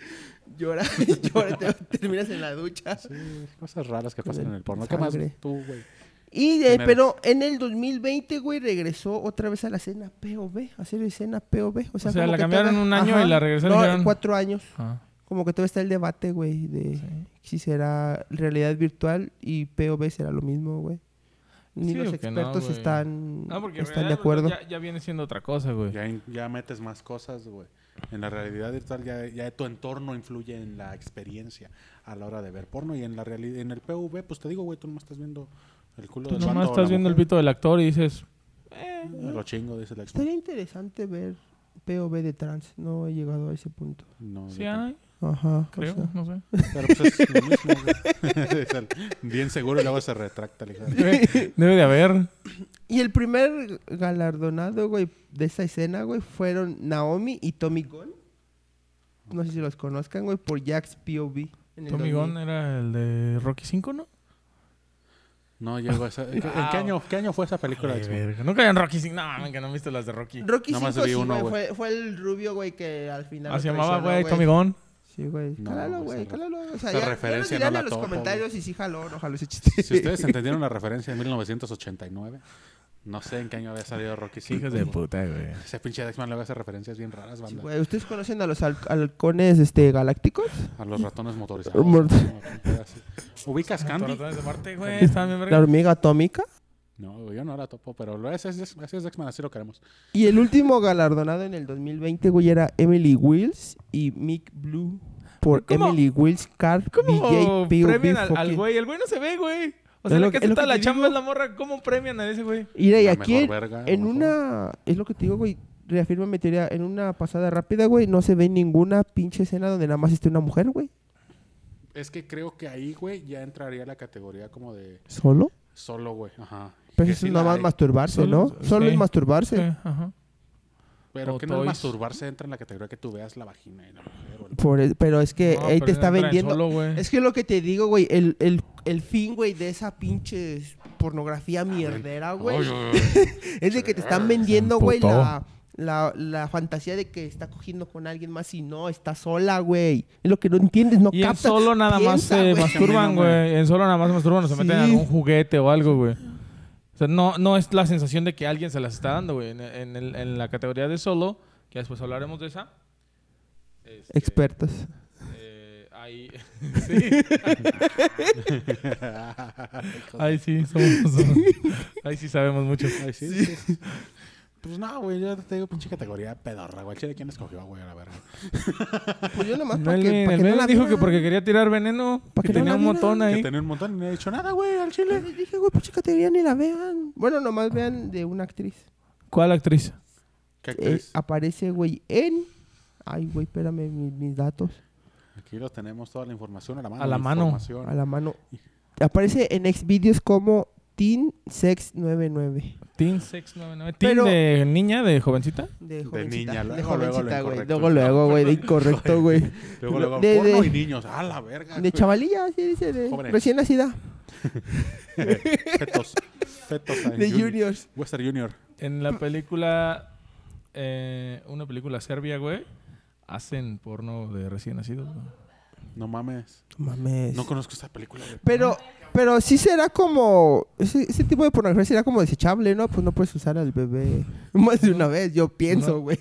[SPEAKER 4] Llora, (laughs) llora, te, terminas en la ducha.
[SPEAKER 2] Sí, Pues, cosas raras que pasan en el porno. ¿Qué
[SPEAKER 4] Sangre.
[SPEAKER 2] más tú, güey?
[SPEAKER 4] Y, eh,
[SPEAKER 2] Tener-
[SPEAKER 4] pero en el 2020, güey, regresó otra vez a la cena POV, a hacer escena POV. O sea,
[SPEAKER 3] O sea,
[SPEAKER 4] como
[SPEAKER 3] la
[SPEAKER 4] que
[SPEAKER 3] cambiaron
[SPEAKER 4] todavía-
[SPEAKER 3] un año y la regresaron y
[SPEAKER 4] No,
[SPEAKER 3] dijeron-
[SPEAKER 4] cuatro años.
[SPEAKER 3] Ah.
[SPEAKER 4] Como que todavía está el debate, güey, de si será realidad virtual y POV será lo mismo, güey. Ni
[SPEAKER 3] Sí,
[SPEAKER 4] los
[SPEAKER 3] o que no,
[SPEAKER 4] expertos
[SPEAKER 3] güey.
[SPEAKER 4] están,
[SPEAKER 3] No, porque en
[SPEAKER 4] están de
[SPEAKER 3] realidad,
[SPEAKER 4] acuerdo.
[SPEAKER 3] Ya, ya viene siendo otra cosa, güey.
[SPEAKER 2] Ya, in- ya metes más cosas, güey. En la realidad virtual ya, ya tu entorno influye en la experiencia a la hora de ver porno. Y en la realidad, en el PV, pues te digo, güey, tú nomás estás viendo el culo
[SPEAKER 3] Tú
[SPEAKER 2] del vato
[SPEAKER 3] nomás
[SPEAKER 2] o
[SPEAKER 3] estás
[SPEAKER 2] la
[SPEAKER 3] viendo el
[SPEAKER 2] mujer.
[SPEAKER 3] pito del actor y dices,
[SPEAKER 2] Me Eh, Lo chingo, dice el ex.
[SPEAKER 4] Estaría interesante ver POV de trans. No he llegado a ese punto.
[SPEAKER 2] No,
[SPEAKER 3] sí, ah.
[SPEAKER 2] yo tampoco.
[SPEAKER 3] ay,
[SPEAKER 4] Ajá. o
[SPEAKER 3] creo,
[SPEAKER 4] sea.
[SPEAKER 3] no sé.
[SPEAKER 2] Pero pues es lo mismo, güey. (laughs) Es el- Bien seguro y luego se retracta. le dije.
[SPEAKER 3] Debe, debe de haber.
[SPEAKER 4] Y el primer galardonado, güey, de esa escena, güey, fueron Naomi y Tommy Gunn. No sé si los conozcan, güey, por Jack's POV. en el
[SPEAKER 3] Tommy
[SPEAKER 4] 2000.
[SPEAKER 3] Gunn era el de Rocky 5, ¿no?
[SPEAKER 2] No, llegó esa... ¿En qué en qué año, qué año fue esa película? ex?
[SPEAKER 3] Verga, Nunca habían Rocky 5. No, mames, que no han visto las de Rocky.
[SPEAKER 4] Rocky
[SPEAKER 2] Nomás
[SPEAKER 4] 5
[SPEAKER 2] vi
[SPEAKER 4] sí,
[SPEAKER 2] uno,
[SPEAKER 4] güey,
[SPEAKER 2] güey.
[SPEAKER 4] fue, fue el rubio, güey, que al final. lo
[SPEAKER 3] Así Ah, llamaba,
[SPEAKER 4] traicionó,
[SPEAKER 3] güey, Tommy Gunn.
[SPEAKER 4] Sí, güey.
[SPEAKER 2] No,
[SPEAKER 4] cálalo,
[SPEAKER 2] güey,
[SPEAKER 4] güey,
[SPEAKER 2] esa
[SPEAKER 4] cálalo. O sea,
[SPEAKER 2] esa
[SPEAKER 4] ya, ya nos
[SPEAKER 2] referencia no
[SPEAKER 4] dirán
[SPEAKER 2] la
[SPEAKER 4] en los
[SPEAKER 2] topo,
[SPEAKER 4] comentarios si sí jaló o no jaló ese chiste.
[SPEAKER 2] Si ustedes entendieron la referencia de 1989, no sé en qué año había salido Rocky V.
[SPEAKER 3] puta, güey.
[SPEAKER 2] Ese pinche Dexman luego hace referencias bien raras,
[SPEAKER 4] Sí,
[SPEAKER 2] banda.
[SPEAKER 4] güey. ¿Ustedes conocen a los hal- halcones este, galácticos?
[SPEAKER 2] A los ratones motorizados.
[SPEAKER 4] (laughs) Mor-
[SPEAKER 2] ¿no? Así. ¿Ubicas Candy?
[SPEAKER 3] Torretones de Marte, güey. Estaban bien
[SPEAKER 4] La
[SPEAKER 3] verga.
[SPEAKER 4] hormiga atómica.
[SPEAKER 2] No, yo no la topo, pero lo- ese es, ese es Dexman, así lo queremos.
[SPEAKER 4] Y el último galardonado en el 2020, güey, era Emily Wills y Mick Blue por
[SPEAKER 3] ¿Cómo?
[SPEAKER 4] Emily Wills Car
[SPEAKER 3] ¿Cómo
[SPEAKER 4] BJ
[SPEAKER 3] premian al-
[SPEAKER 4] fucking-
[SPEAKER 3] al güey? El güey no se ve, güey. O
[SPEAKER 4] Es
[SPEAKER 3] sea,
[SPEAKER 4] lo
[SPEAKER 3] la que
[SPEAKER 4] que- es
[SPEAKER 3] hace
[SPEAKER 4] lo
[SPEAKER 3] toda
[SPEAKER 4] que
[SPEAKER 3] la
[SPEAKER 4] te
[SPEAKER 3] chamba es la morra. ¿Cómo premian a ese güey?
[SPEAKER 4] Mira, y
[SPEAKER 2] La
[SPEAKER 4] aquí
[SPEAKER 2] mejor
[SPEAKER 4] en,
[SPEAKER 2] verga, a
[SPEAKER 4] en
[SPEAKER 2] lo mejor.
[SPEAKER 4] una... Es lo que te digo, güey. Reafirma mi teoría. En una pasada rápida, güey, no se ve ninguna pinche escena donde nada más esté una mujer, güey.
[SPEAKER 2] Es que creo que ahí, güey, ya entraría la categoría como de
[SPEAKER 4] ¿Solo?
[SPEAKER 2] solo, güey. Ajá.
[SPEAKER 4] Pero
[SPEAKER 2] Que
[SPEAKER 4] eso
[SPEAKER 2] sí
[SPEAKER 4] es
[SPEAKER 2] la
[SPEAKER 4] nada más
[SPEAKER 2] hay,
[SPEAKER 4] masturbarse,
[SPEAKER 3] Solo-
[SPEAKER 4] ¿no? Solo
[SPEAKER 3] sí.
[SPEAKER 4] es masturbarse.
[SPEAKER 3] Sí, ajá.
[SPEAKER 2] Pero
[SPEAKER 3] o
[SPEAKER 2] que no el
[SPEAKER 3] toys.
[SPEAKER 2] masturbarse entra en la categoría que tú veas la vagina y la mujer o el-
[SPEAKER 4] Por el- pero es que
[SPEAKER 3] No,
[SPEAKER 4] ahí
[SPEAKER 3] pero
[SPEAKER 4] te está
[SPEAKER 3] entra en
[SPEAKER 4] vendiendo.
[SPEAKER 3] solo, güey.
[SPEAKER 4] es que lo que te digo, güey, el, el, el fin, güey, de esa pinche pornografía mierdera, güey.
[SPEAKER 2] Ay, ay, ay.
[SPEAKER 4] Es de que te
[SPEAKER 3] Ah,
[SPEAKER 4] están vendiendo, güey, la, la, la fantasía de que está cogiendo con alguien más y no, está sola, güey. Es lo que no entiendes, no
[SPEAKER 3] Y en
[SPEAKER 4] captas.
[SPEAKER 3] solo nada más
[SPEAKER 4] Piensa,
[SPEAKER 3] se
[SPEAKER 4] güey.
[SPEAKER 3] masturban, güey. En solo nada más se masturban o se meten en
[SPEAKER 4] Sí.
[SPEAKER 3] algún juguete o algo, güey. O sea, no, no es la sensación de que alguien se las está dando, güey. En, en el- en la categoría de solo, que después hablaremos de esa. este,
[SPEAKER 4] Expertos.
[SPEAKER 3] eh, ahí. (laughs)
[SPEAKER 4] (laughs)
[SPEAKER 3] sí. ahí sí, somos. somos- ahí sí sabemos mucho.
[SPEAKER 2] Ay, sí, sí. Pues no, güey, yo te digo pinche categoría pedorra, güey. Che, ¿De quién escogió, güey? A la verga.
[SPEAKER 4] Pues yo nomás para
[SPEAKER 3] Melvin,
[SPEAKER 4] que, pa'
[SPEAKER 3] el
[SPEAKER 4] que no
[SPEAKER 3] Melvin
[SPEAKER 4] la
[SPEAKER 3] dijo
[SPEAKER 4] vieran.
[SPEAKER 3] que porque quería tirar veneno,
[SPEAKER 4] Pa'
[SPEAKER 3] que,
[SPEAKER 4] que no
[SPEAKER 3] tenía
[SPEAKER 4] la
[SPEAKER 3] un montón
[SPEAKER 2] Que
[SPEAKER 3] ahí.
[SPEAKER 2] tenía un montón y no he dicho nada, güey, al
[SPEAKER 4] Yo
[SPEAKER 2] chile.
[SPEAKER 4] les dije, güey, pues pinche categoría ni la vean. Bueno, nomás vean de una actriz.
[SPEAKER 3] ¿Cuál actriz?
[SPEAKER 2] ¿Qué
[SPEAKER 4] Eh,
[SPEAKER 2] crees?
[SPEAKER 4] aparece, güey, en... Ay, güey, espérame mi- mis datos.
[SPEAKER 2] Aquí lo tenemos toda la información a la mano.
[SPEAKER 3] A la mano.
[SPEAKER 2] información.
[SPEAKER 4] a la mano. Aparece en Xvideos como Teen Sex 99.
[SPEAKER 3] Teen Sex 99. Teen
[SPEAKER 4] Pero-
[SPEAKER 3] de niña, de jovencita.
[SPEAKER 4] De,
[SPEAKER 2] niña, luego, luego lo
[SPEAKER 4] de jovencita, güey.
[SPEAKER 2] incorrecto.
[SPEAKER 4] Luego, luego,
[SPEAKER 2] (laughs)
[SPEAKER 4] güey, de incorrecto, güey.
[SPEAKER 2] Luego, luego,
[SPEAKER 4] De-
[SPEAKER 2] porno
[SPEAKER 4] de-
[SPEAKER 2] y niños. A la verga.
[SPEAKER 4] De
[SPEAKER 2] güey.
[SPEAKER 4] chavalilla, así dice, de
[SPEAKER 2] Jóvenes.
[SPEAKER 4] recién nacida.
[SPEAKER 2] Fetos. Fetos.
[SPEAKER 3] (laughs)
[SPEAKER 2] en
[SPEAKER 4] De
[SPEAKER 2] junior.
[SPEAKER 4] juniors.
[SPEAKER 2] Western Junior.
[SPEAKER 3] En la película, eh, una película serbia, güey, hacen porno de recién nacidos. güey.
[SPEAKER 2] No mames.
[SPEAKER 4] Mames.
[SPEAKER 2] No conozco esta película, güey.
[SPEAKER 4] pero, pero sí será como... Ese, ese tipo de pornografía será como desechable, ¿no? Pues no puedes usar al bebé (laughs) más de una vez, yo pienso, güey.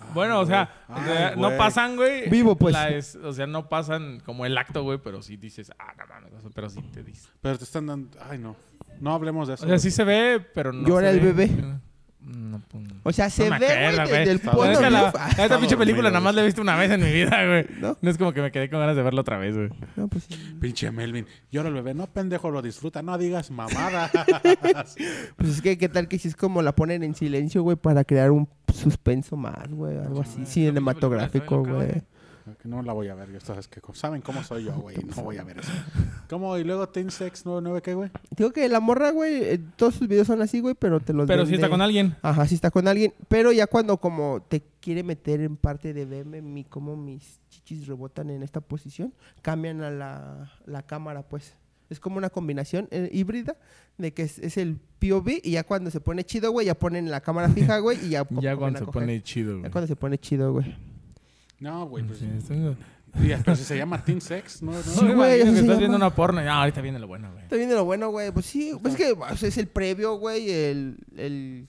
[SPEAKER 4] Ah,
[SPEAKER 3] Bueno, o sea,
[SPEAKER 2] güey.
[SPEAKER 3] en realidad
[SPEAKER 2] Ay,
[SPEAKER 3] no
[SPEAKER 2] güey.
[SPEAKER 3] pasan, güey.
[SPEAKER 4] Vivo, pues.
[SPEAKER 3] la es- o sea, no pasan como el acto, güey, pero sí dices, ah, no mames, o sea, pero sí te dices.
[SPEAKER 2] Pero te están dando. Ay, no. No hablemos de eso.
[SPEAKER 3] O sea,
[SPEAKER 2] güey.
[SPEAKER 3] sí se ve, pero no.
[SPEAKER 4] Llora
[SPEAKER 3] se
[SPEAKER 4] el
[SPEAKER 3] ve.
[SPEAKER 4] bebé.
[SPEAKER 3] No, pues, no.
[SPEAKER 4] O sea, se
[SPEAKER 3] me
[SPEAKER 4] ve,
[SPEAKER 3] acuerdo,
[SPEAKER 4] güey, desde el
[SPEAKER 3] Está dormido.
[SPEAKER 4] porno.
[SPEAKER 3] Es que la-
[SPEAKER 4] view.
[SPEAKER 3] esta pinche
[SPEAKER 2] dormido,
[SPEAKER 3] película nada
[SPEAKER 2] güey.
[SPEAKER 3] más la he visto una vez en mi vida, güey.
[SPEAKER 4] ¿No?
[SPEAKER 3] ¿No? es como que me quedé con ganas de verla otra vez, güey.
[SPEAKER 4] No, pues, sí.
[SPEAKER 2] Pinche Melvin. Llora el bebé. No, pendejo, lo disfruta. No digas
[SPEAKER 3] (laughs)
[SPEAKER 2] mamada.
[SPEAKER 4] Pues es que, ¿qué tal que si es como la ponen en silencio, güey, para crear un suspenso más, güey? Algo así cinematográfico, güey.
[SPEAKER 2] Que no la voy a ver. Yo, ¿sabes, qué? ¿Saben cómo soy yo, güey? No voy a ver eso. ¿Cómo? ¿Y luego Teen Sex 99 qué, güey?
[SPEAKER 4] Digo que la morra, güey, eh, todos sus videos son así, güey, pero te los
[SPEAKER 3] Pero si está
[SPEAKER 4] vende-
[SPEAKER 3] con alguien.
[SPEAKER 4] Ajá, si está con alguien. Pero ya cuando como te quiere meter en parte de verme, mi, como mis chichis rebotan en esta posición, cambian a la, la cámara, pues. Es como una combinación eh, híbrida de que es, es el POV y ya cuando se pone chido, güey, ya ponen la cámara fija, güey, y ya...
[SPEAKER 3] (laughs)
[SPEAKER 4] co-
[SPEAKER 3] Ya
[SPEAKER 4] comen
[SPEAKER 3] cuando
[SPEAKER 4] a
[SPEAKER 3] se
[SPEAKER 4] coger.
[SPEAKER 3] pone chido,
[SPEAKER 4] Ya
[SPEAKER 3] güey.
[SPEAKER 4] cuando se pone chido, güey.
[SPEAKER 2] No, güey. Pues,
[SPEAKER 3] Sí, esto-
[SPEAKER 2] sí, pero si se llama Teen Sex
[SPEAKER 3] No,
[SPEAKER 2] 99.
[SPEAKER 3] me
[SPEAKER 4] güey,
[SPEAKER 3] imagino
[SPEAKER 4] así
[SPEAKER 3] que
[SPEAKER 4] se
[SPEAKER 3] estás
[SPEAKER 4] llama.
[SPEAKER 3] viendo una porno. No, ahorita viene lo bueno, güey.
[SPEAKER 4] Está viendo lo bueno, güey. Pues sí, pues es que o sea, es el previo, güey, el... el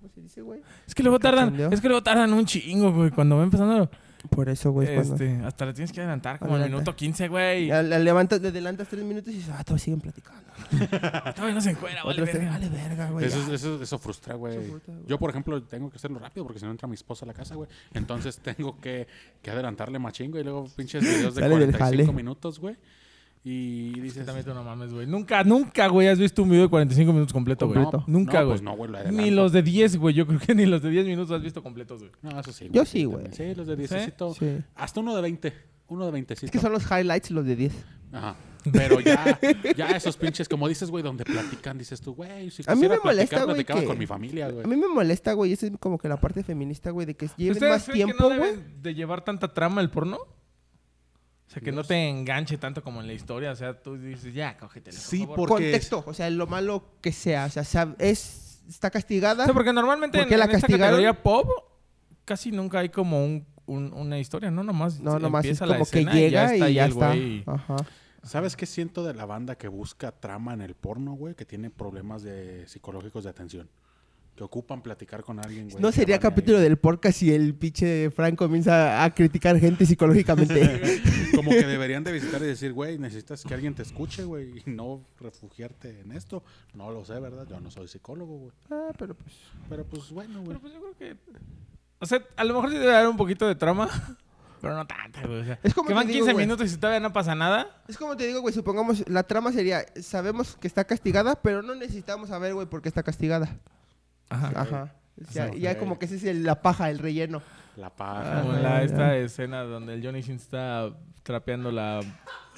[SPEAKER 4] ¿Cómo se dice, güey?
[SPEAKER 3] Es que luego tardan,
[SPEAKER 4] Cachondeo.
[SPEAKER 3] es que luego tardan un chingo, güey. Cuando va empezando,
[SPEAKER 4] Por eso, güey, es cuando...
[SPEAKER 3] este, hasta le tienes que adelantar como al
[SPEAKER 4] Adelanta.
[SPEAKER 3] minuto 15, güey.
[SPEAKER 4] pues, Ya la levantas, le adelantas tres minutos y dices, ah, todavía siguen platicando.
[SPEAKER 3] Todavía no se encuera, vale,
[SPEAKER 4] Otros tres,
[SPEAKER 3] verga.
[SPEAKER 4] vale, verga, güey.
[SPEAKER 2] Eso,
[SPEAKER 4] Pues ya.
[SPEAKER 2] es- eso, eso frustra, güey.
[SPEAKER 4] Eso frustra, güey.
[SPEAKER 2] Yo, por ejemplo, tengo que hacerlo rápido porque si no entra mi esposa a la casa, güey. Entonces (laughs) tengo que, que adelantarle machingo y luego
[SPEAKER 4] (laughs)
[SPEAKER 2] pinches videos de
[SPEAKER 4] Sale del
[SPEAKER 2] 45
[SPEAKER 4] jale.
[SPEAKER 2] minutos, güey. Y
[SPEAKER 3] Sí,
[SPEAKER 2] dices...
[SPEAKER 3] También tú no mames, güey. Nunca, nunca, güey, has visto un video de 45 minutos completo, güey.
[SPEAKER 2] No,
[SPEAKER 4] completo.
[SPEAKER 3] Nunca,
[SPEAKER 2] no,
[SPEAKER 3] güey.
[SPEAKER 2] pues no, güey, lo
[SPEAKER 3] ni
[SPEAKER 2] adelanto.
[SPEAKER 3] los de 10, güey. Yo creo que ni los de 10 minutos has visto completos, güey.
[SPEAKER 2] No, eso sí,
[SPEAKER 4] Yo sí,
[SPEAKER 2] también.
[SPEAKER 4] güey.
[SPEAKER 2] Sí, los de 10. necesito-
[SPEAKER 4] Sí.
[SPEAKER 2] Hasta uno de 20. Uno de 20.
[SPEAKER 4] Es que son los highlights y los de 10.
[SPEAKER 2] Ajá. Pero ya, ya esos pinches, como dices, güey, donde platican, dices tú, güey, si
[SPEAKER 4] A mí me
[SPEAKER 2] quisiera
[SPEAKER 4] molesta,
[SPEAKER 2] platicar,
[SPEAKER 4] güey,
[SPEAKER 2] platicaba
[SPEAKER 4] que-
[SPEAKER 2] con mi familia, güey.
[SPEAKER 4] A mí me molesta, güey. Esa es como que la parte feminista, güey, de que lleven
[SPEAKER 3] ¿Ustedes
[SPEAKER 4] más
[SPEAKER 3] creen que
[SPEAKER 4] tiempo,
[SPEAKER 3] no
[SPEAKER 4] güey.
[SPEAKER 3] deben de llevar tanta trama el porno? O sea, que no te enganche tanto como en la historia. O sea, tú dices, ya, cógetelo.
[SPEAKER 2] Sí,
[SPEAKER 3] por... favor.
[SPEAKER 2] porque-
[SPEAKER 4] Contexto, o sea, lo malo que sea. O sea, sab- es, está
[SPEAKER 3] O
[SPEAKER 4] castigada.
[SPEAKER 3] sea, porque normalmente
[SPEAKER 4] ¿Por qué
[SPEAKER 3] en,
[SPEAKER 4] la
[SPEAKER 3] en esta
[SPEAKER 4] castigaron?
[SPEAKER 3] categoría pop casi nunca hay como un- un- una historia, ¿no? Nomás
[SPEAKER 4] no,
[SPEAKER 3] se-
[SPEAKER 4] nomás es
[SPEAKER 3] empieza la
[SPEAKER 4] como que
[SPEAKER 3] escena y
[SPEAKER 4] llega
[SPEAKER 3] ahí
[SPEAKER 4] y ya
[SPEAKER 3] el
[SPEAKER 4] está. Ah.
[SPEAKER 3] güey.
[SPEAKER 4] Ajá.
[SPEAKER 2] ¿Sabes qué siento de la banda que busca trama en el porno, güey? Que tiene problemas de psicológicos de atención. Que ocupan platicar con alguien, güey.
[SPEAKER 4] No
[SPEAKER 2] que
[SPEAKER 4] sería
[SPEAKER 2] van ahí.
[SPEAKER 4] capítulo del podcast si el pinche Frank comienza a criticar gente (laughs) psicológicamente.
[SPEAKER 2] Como que deberían de visitar y decir, güey, necesitas que alguien te escuche, güey, y no refugiarte en esto. No lo sé, ¿verdad? Yo no soy psicólogo, güey.
[SPEAKER 4] ah, pero pues.
[SPEAKER 2] Pero pues bueno, güey.
[SPEAKER 3] Pero pues yo creo que... O sea, a lo mejor sí debe haber un poquito de trama, (laughs) pero no tanta, güey. O sea,
[SPEAKER 4] Es como
[SPEAKER 3] que
[SPEAKER 4] te
[SPEAKER 3] van
[SPEAKER 4] digo,
[SPEAKER 3] 15
[SPEAKER 4] güey.
[SPEAKER 3] minutos y todavía no pasa nada.
[SPEAKER 4] Es como te digo, güey, supongamos, la trama sería, sabemos que está castigada, pero no necesitamos saber, güey, por qué está castigada.
[SPEAKER 3] Ajá.
[SPEAKER 4] Ajá. O sea,
[SPEAKER 2] Sí, ok.
[SPEAKER 4] ya como que ese es el- la paja, el relleno.
[SPEAKER 2] La paja,
[SPEAKER 3] Como
[SPEAKER 2] güey.
[SPEAKER 3] la, esta escena donde el Johnny Sins está trapeando la,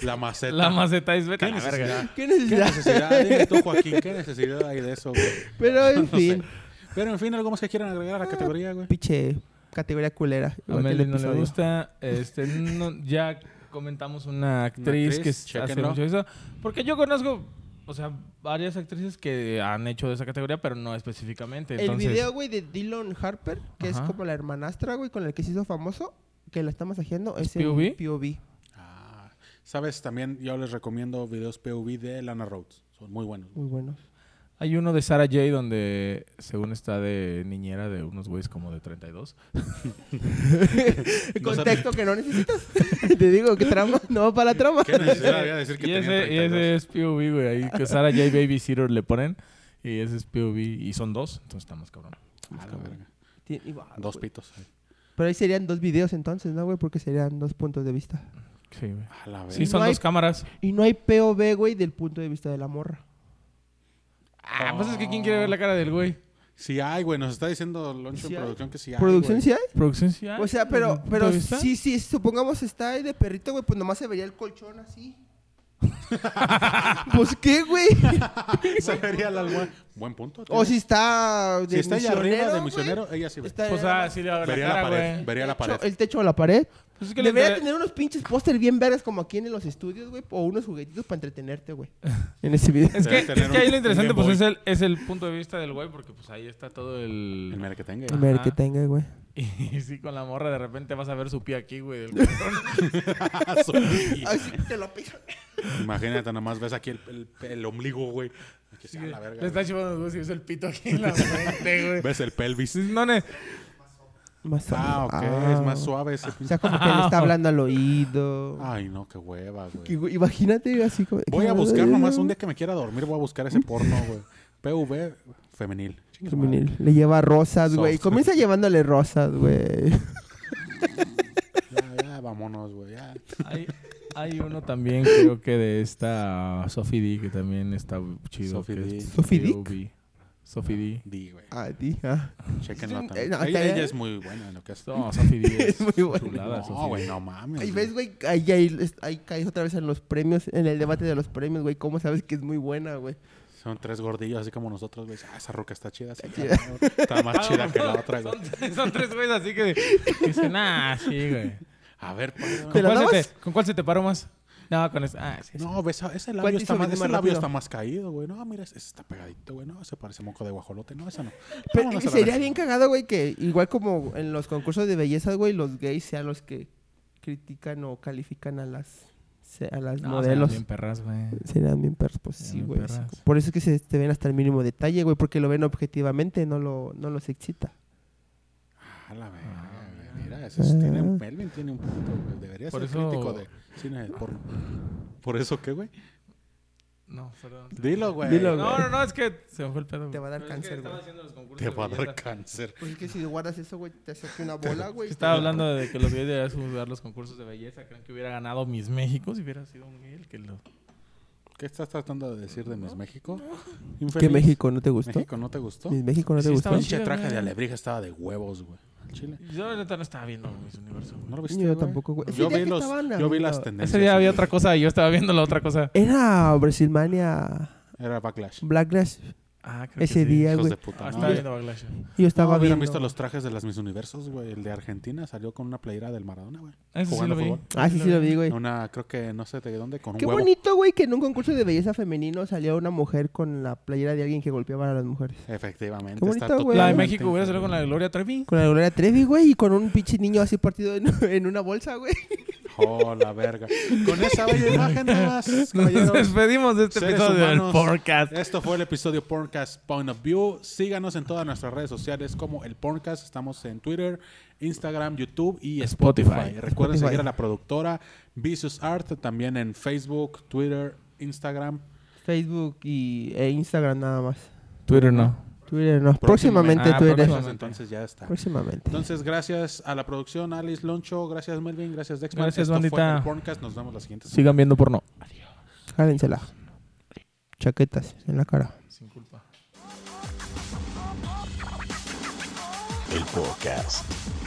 [SPEAKER 2] la maceta.
[SPEAKER 3] la maceta y es vete a
[SPEAKER 2] ¿Qué
[SPEAKER 3] la verga.
[SPEAKER 2] necesidad?
[SPEAKER 4] ¿Qué
[SPEAKER 2] ¿Qué
[SPEAKER 4] necesidad?
[SPEAKER 2] necesidad? Dime tú, Joaquín, ¿qué necesidad hay de eso, güey?
[SPEAKER 4] (laughs) Pero en
[SPEAKER 2] No sé.
[SPEAKER 4] fin,
[SPEAKER 2] Pero en fin, algo más que quieran agregar a la categoría, güey.
[SPEAKER 4] pinche categoría culera.
[SPEAKER 3] A
[SPEAKER 4] igual que el
[SPEAKER 3] Meli no le
[SPEAKER 4] episodio.
[SPEAKER 3] gusta. Este, no- ya comentamos una actriz,
[SPEAKER 2] actriz,
[SPEAKER 3] que s- hace
[SPEAKER 2] chéquenlo.
[SPEAKER 3] mucho eso. Porque yo conozco, o sea, varias actrices que han hecho de esa categoría, pero no específicamente.
[SPEAKER 4] El
[SPEAKER 3] Entonces,
[SPEAKER 4] video, güey, de Dylan Harper, que
[SPEAKER 3] Ajá.
[SPEAKER 4] es como la hermanastra, güey, con el que se hizo famoso, que la está masajeando, es en
[SPEAKER 3] POV?
[SPEAKER 4] POV.
[SPEAKER 2] Ah, Sabes, también yo les recomiendo videos POV de Lana Rhodes. Son muy buenos. güey.
[SPEAKER 4] Muy bueno.
[SPEAKER 3] Hay uno de Sarah J donde, según está de niñera de unos güeyes como de 32.
[SPEAKER 2] No
[SPEAKER 4] Contexto que no necesitas. (laughs) Te digo, ¿qué trama? No, para la trama.
[SPEAKER 2] ¿Qué necesidad había de decir que
[SPEAKER 3] Y
[SPEAKER 2] tenían
[SPEAKER 3] ese, y
[SPEAKER 2] 32?
[SPEAKER 3] ese es POV, güey. Ahí que Sarah J Babysitter le ponen. Y ese es POV. Y son dos, entonces está más cabrón.
[SPEAKER 2] Ah, la verga.
[SPEAKER 4] Tien- y va,
[SPEAKER 2] Dos
[SPEAKER 4] güey.
[SPEAKER 2] pitos.
[SPEAKER 4] Pero ahí serían dos videos entonces, ¿no, güey? Porque serían dos puntos de vista.
[SPEAKER 3] Sí, Ah, güey.
[SPEAKER 2] A la verga.
[SPEAKER 3] Sí, son
[SPEAKER 4] No hay-
[SPEAKER 3] dos cámaras.
[SPEAKER 4] Y no hay POV, güey, del punto de vista de la morra.
[SPEAKER 3] Ah, pues es que quién quiere ver la cara del güey.
[SPEAKER 2] Sí hay, güey. Nos está diciendo Loncho
[SPEAKER 4] Sí
[SPEAKER 2] en
[SPEAKER 4] hay.
[SPEAKER 2] producción que sí hay.
[SPEAKER 4] ¿Producción
[SPEAKER 2] güey.
[SPEAKER 4] sí hay?
[SPEAKER 3] Producción sí hay,
[SPEAKER 4] O sea,
[SPEAKER 3] desde
[SPEAKER 4] pero,
[SPEAKER 3] mi punto
[SPEAKER 4] pero
[SPEAKER 3] de vista.
[SPEAKER 4] sí, sí, supongamos está ahí de perrito, güey, pues nomás se vería el colchón así. pues qué, güey.
[SPEAKER 2] (laughs) Se vería la almohada. Buen punto.
[SPEAKER 4] O
[SPEAKER 2] tienes.
[SPEAKER 4] si está Oh, de
[SPEAKER 2] si está allá
[SPEAKER 4] misionero,
[SPEAKER 2] arriba de
[SPEAKER 4] güey,
[SPEAKER 2] misionero, ella sí ve.
[SPEAKER 4] está
[SPEAKER 3] Pues
[SPEAKER 4] nada
[SPEAKER 3] ah,
[SPEAKER 4] más
[SPEAKER 3] sí le va a ver
[SPEAKER 2] Vería
[SPEAKER 3] la
[SPEAKER 2] la
[SPEAKER 3] cara,
[SPEAKER 2] pared.
[SPEAKER 3] güey.
[SPEAKER 2] Vería la
[SPEAKER 4] techo-
[SPEAKER 2] pared.
[SPEAKER 4] el techo o la pared.
[SPEAKER 3] Pues es que le
[SPEAKER 4] Debería
[SPEAKER 3] debe-
[SPEAKER 4] tener unos pinches póster bien verdes como aquí en los estudios, güey, o unos juguetitos para entretenerte, güey. En ese video.
[SPEAKER 3] Es que,
[SPEAKER 2] Debe tener
[SPEAKER 3] es que ahí
[SPEAKER 2] un-
[SPEAKER 3] lo interesante
[SPEAKER 2] un Game
[SPEAKER 3] pues es el, es el punto de vista del güey porque pues ahí está todo el...
[SPEAKER 2] El mere que tenga. (laughs)
[SPEAKER 3] Ajá.
[SPEAKER 4] Ver que tenga, güey.
[SPEAKER 3] (laughs) Y sí, con la morra de repente vas a ver su pie aquí, güey.
[SPEAKER 4] (laughs)
[SPEAKER 3] del cabrón.
[SPEAKER 2] (laughs)
[SPEAKER 4] Así te lo piso.
[SPEAKER 2] Imagínate, nomás ves aquí el, el- el ombligo, güey. Que sea la verga.
[SPEAKER 3] le está
[SPEAKER 2] güey.
[SPEAKER 3] chupando los huevos y ves el pito aquí en la
[SPEAKER 4] (laughs)
[SPEAKER 3] frente, güey.
[SPEAKER 2] Ves el pelvis.
[SPEAKER 3] Sí, No, ne-
[SPEAKER 4] Más suave.
[SPEAKER 2] Ah, ok. Es más suave ese
[SPEAKER 4] O
[SPEAKER 2] pinche.
[SPEAKER 4] sea, como que le está hablando al oído.
[SPEAKER 2] Ay, no, qué hueva, güey.
[SPEAKER 4] Que, güey, imagínate así como...
[SPEAKER 2] Voy a buscar nomás un día que me quiera dormir, voy a buscar ese porno, güey. PV femenil. Chingue su madre.
[SPEAKER 4] Femenil. Le lleva rosas,
[SPEAKER 2] Soft.
[SPEAKER 4] güey. Comienza llevándole rosas, güey.
[SPEAKER 2] Ya, ya, vámonos, güey. ya.
[SPEAKER 3] hay, hay uno también creo que de esta Sophie D que también está chido.
[SPEAKER 2] Sophie
[SPEAKER 3] que
[SPEAKER 2] D.
[SPEAKER 3] es
[SPEAKER 4] ¿Sophie
[SPEAKER 3] POV. Sophie D.
[SPEAKER 2] Di, güey.
[SPEAKER 4] Ah, tija.
[SPEAKER 2] Chequenla
[SPEAKER 4] Sí, eh,
[SPEAKER 2] también.
[SPEAKER 4] no,
[SPEAKER 2] ella,
[SPEAKER 4] estaría-
[SPEAKER 2] ella es muy buena en lo que hace.
[SPEAKER 3] No, Sophie D.
[SPEAKER 4] (laughs) Es muy buena.
[SPEAKER 3] Chulada, Sophie
[SPEAKER 2] (laughs) No,
[SPEAKER 3] D.
[SPEAKER 2] güey, no mames.
[SPEAKER 4] Ahí
[SPEAKER 2] güey.
[SPEAKER 4] ves, güey, ahí, ahí, ahí caes otra vez en los premios, en el debate de los premios, güey. ¿Cómo sabes que es muy buena, güey?
[SPEAKER 2] Son tres gordillos así como nosotros, güey. Ah, esa roca está chida. sí, claro. Está más
[SPEAKER 3] (laughs)
[SPEAKER 2] chida que la otra, güey.
[SPEAKER 3] Son, son tres güeyes así que dicen, ah, sí, güey.
[SPEAKER 2] A ver,
[SPEAKER 4] ¿Te
[SPEAKER 2] pues.
[SPEAKER 4] la
[SPEAKER 3] ¿Cuál se
[SPEAKER 4] dabas?
[SPEAKER 3] te- ¿Con cuál se te paró más? No, con esa. Ah, sí. sí.
[SPEAKER 2] No, ves, ese
[SPEAKER 4] ¿Cuál
[SPEAKER 2] labio,
[SPEAKER 4] te hizo
[SPEAKER 2] está más,
[SPEAKER 4] venir
[SPEAKER 2] ese
[SPEAKER 4] más
[SPEAKER 2] labio
[SPEAKER 4] rápido?
[SPEAKER 2] está más caído, güey. No, mira, ese ese está pegadito, güey. No, ese parece moco de guajolote. No, esa no.
[SPEAKER 4] Pero
[SPEAKER 2] Vámonos a la
[SPEAKER 4] sería
[SPEAKER 2] verga.
[SPEAKER 4] bien cagado, güey, que igual como en los concursos de belleza, güey, los gays sean los que critican o califican a las, se- a las
[SPEAKER 3] No, serán
[SPEAKER 4] modelos.
[SPEAKER 3] Bien perras, güey.
[SPEAKER 4] Serán bien perros, pues
[SPEAKER 3] Serán
[SPEAKER 4] sí,
[SPEAKER 3] bien
[SPEAKER 4] güey.
[SPEAKER 3] perras.
[SPEAKER 4] Por eso es que se te ven hasta el mínimo detalle, güey, porque lo ven objetivamente, no, lo, no los excita.
[SPEAKER 2] A la verga, güey. Ah, Mira, ese es- tiene un, Melvin tiene un punto, güey. Debería
[SPEAKER 3] Por
[SPEAKER 2] ser
[SPEAKER 3] eso-
[SPEAKER 2] crítico de cine de porno. ¿Por eso qué, güey?
[SPEAKER 3] No, perdón.
[SPEAKER 2] Dilo, güey.
[SPEAKER 4] Dilo, güey.
[SPEAKER 3] No, no, no, es que se me fue el pedo.
[SPEAKER 4] Te va a dar
[SPEAKER 3] Pero es que
[SPEAKER 4] cáncer,
[SPEAKER 3] estaba
[SPEAKER 4] güey.
[SPEAKER 3] haciendo los concursos
[SPEAKER 2] Te va a
[SPEAKER 3] de
[SPEAKER 2] dar
[SPEAKER 3] belleza.
[SPEAKER 2] cáncer.
[SPEAKER 4] Pues es que si guardas eso, güey, te hace una bola, güey.
[SPEAKER 3] Estaba hablando de que los gays deberían jugar los concursos de belleza. Creen que hubiera ganado Miss México si hubiera sido un gay el que lo.
[SPEAKER 2] ¿Qué estás tratando de decir de Miss México?
[SPEAKER 4] ¿Qué
[SPEAKER 2] Infeliz.
[SPEAKER 4] México no te gustó?
[SPEAKER 2] ¿México no te gustó?
[SPEAKER 4] ¿Mis México no te
[SPEAKER 3] Sí,
[SPEAKER 4] gustó?
[SPEAKER 3] estaba-
[SPEAKER 2] Pinche
[SPEAKER 3] chido,
[SPEAKER 2] traje
[SPEAKER 3] güey.
[SPEAKER 2] de alebrija estaba de huevos, güey. Al chile.
[SPEAKER 3] Yo neta no estaba viendo Miss Universo. güey.
[SPEAKER 2] ¿No lo viste,
[SPEAKER 4] Yo
[SPEAKER 2] güey?
[SPEAKER 4] tampoco, güey.
[SPEAKER 2] pues,
[SPEAKER 4] Ese
[SPEAKER 2] Yo
[SPEAKER 4] día
[SPEAKER 2] vi,
[SPEAKER 4] que
[SPEAKER 2] los,
[SPEAKER 4] estaban
[SPEAKER 2] yo vi
[SPEAKER 4] hablando-
[SPEAKER 2] las tendencias.
[SPEAKER 3] Ese día había
[SPEAKER 2] güey.
[SPEAKER 3] otra cosa y yo estaba viendo la otra cosa.
[SPEAKER 4] Era Brasilmania
[SPEAKER 2] Era Backlash.
[SPEAKER 4] Blacklash.
[SPEAKER 3] Ah, creo que
[SPEAKER 4] Ese
[SPEAKER 3] sí.
[SPEAKER 4] día,
[SPEAKER 2] Hijos
[SPEAKER 4] güey.
[SPEAKER 2] de puta.
[SPEAKER 3] Ah,
[SPEAKER 2] ¿no?
[SPEAKER 3] estaba viendo Backlash.
[SPEAKER 4] Yo
[SPEAKER 2] No,
[SPEAKER 4] estaba
[SPEAKER 2] hubieran
[SPEAKER 4] viendo.
[SPEAKER 2] visto los trajes de las Miss Universos, güey. El de Argentina salió con una playera del Maradona, güey.
[SPEAKER 3] Eso sí
[SPEAKER 2] Jugando
[SPEAKER 3] lo vi.
[SPEAKER 2] fútbol.
[SPEAKER 4] Ah, sí, sí lo vi, güey.
[SPEAKER 2] Una, creo que no sé de dónde, con un
[SPEAKER 4] Qué
[SPEAKER 2] huevo.
[SPEAKER 4] bonito, güey, que en un concurso de belleza femenino salía una mujer con la playera de alguien que golpeaba a las mujeres.
[SPEAKER 2] Efectivamente.
[SPEAKER 4] Qué bonito,
[SPEAKER 2] está
[SPEAKER 4] güey.
[SPEAKER 3] La de
[SPEAKER 2] totalmente
[SPEAKER 3] México hubiera salido con la de Gloria Trevi.
[SPEAKER 4] Con la Gloria Trevi, güey, y con un pinche niño así partido en, (laughs) en una bolsa, güey.
[SPEAKER 2] Oh, la verga. Con esa bella imagen nada
[SPEAKER 3] (laughs)
[SPEAKER 2] más,
[SPEAKER 3] Nos
[SPEAKER 2] caballeros.
[SPEAKER 3] despedimos de este
[SPEAKER 2] Seres
[SPEAKER 3] episodio del
[SPEAKER 2] humanos.
[SPEAKER 3] podcast.
[SPEAKER 2] Esto fue el episodio Porncast Point of View. Síganos en todas nuestras redes sociales como el Porncast. Estamos en Twitter, Instagram, YouTube y Spotify.
[SPEAKER 3] Spotify.
[SPEAKER 2] Recuerden
[SPEAKER 4] Spotify.
[SPEAKER 2] seguir a la productora Vicious Art también en Facebook, Twitter, Instagram.
[SPEAKER 4] Facebook y, e Instagram nada más.
[SPEAKER 3] Twitter no.
[SPEAKER 4] Twitter no. Próximamente,
[SPEAKER 3] Ah,
[SPEAKER 4] Twitter.
[SPEAKER 2] Entonces, entonces ya está.
[SPEAKER 4] Pues- Próximamente.
[SPEAKER 2] Entonces, gracias a la producción, Alice Loncho, gracias Melvin, gracias Dexman.
[SPEAKER 3] Gracias,
[SPEAKER 2] Esto fue
[SPEAKER 3] bandita.
[SPEAKER 2] el Porncast. Nos vemos la siguiente semana.
[SPEAKER 3] Sigan viendo porno.
[SPEAKER 4] Jálensela. Chaquetas en la cara.
[SPEAKER 3] Sin culpa.
[SPEAKER 1] El podcast.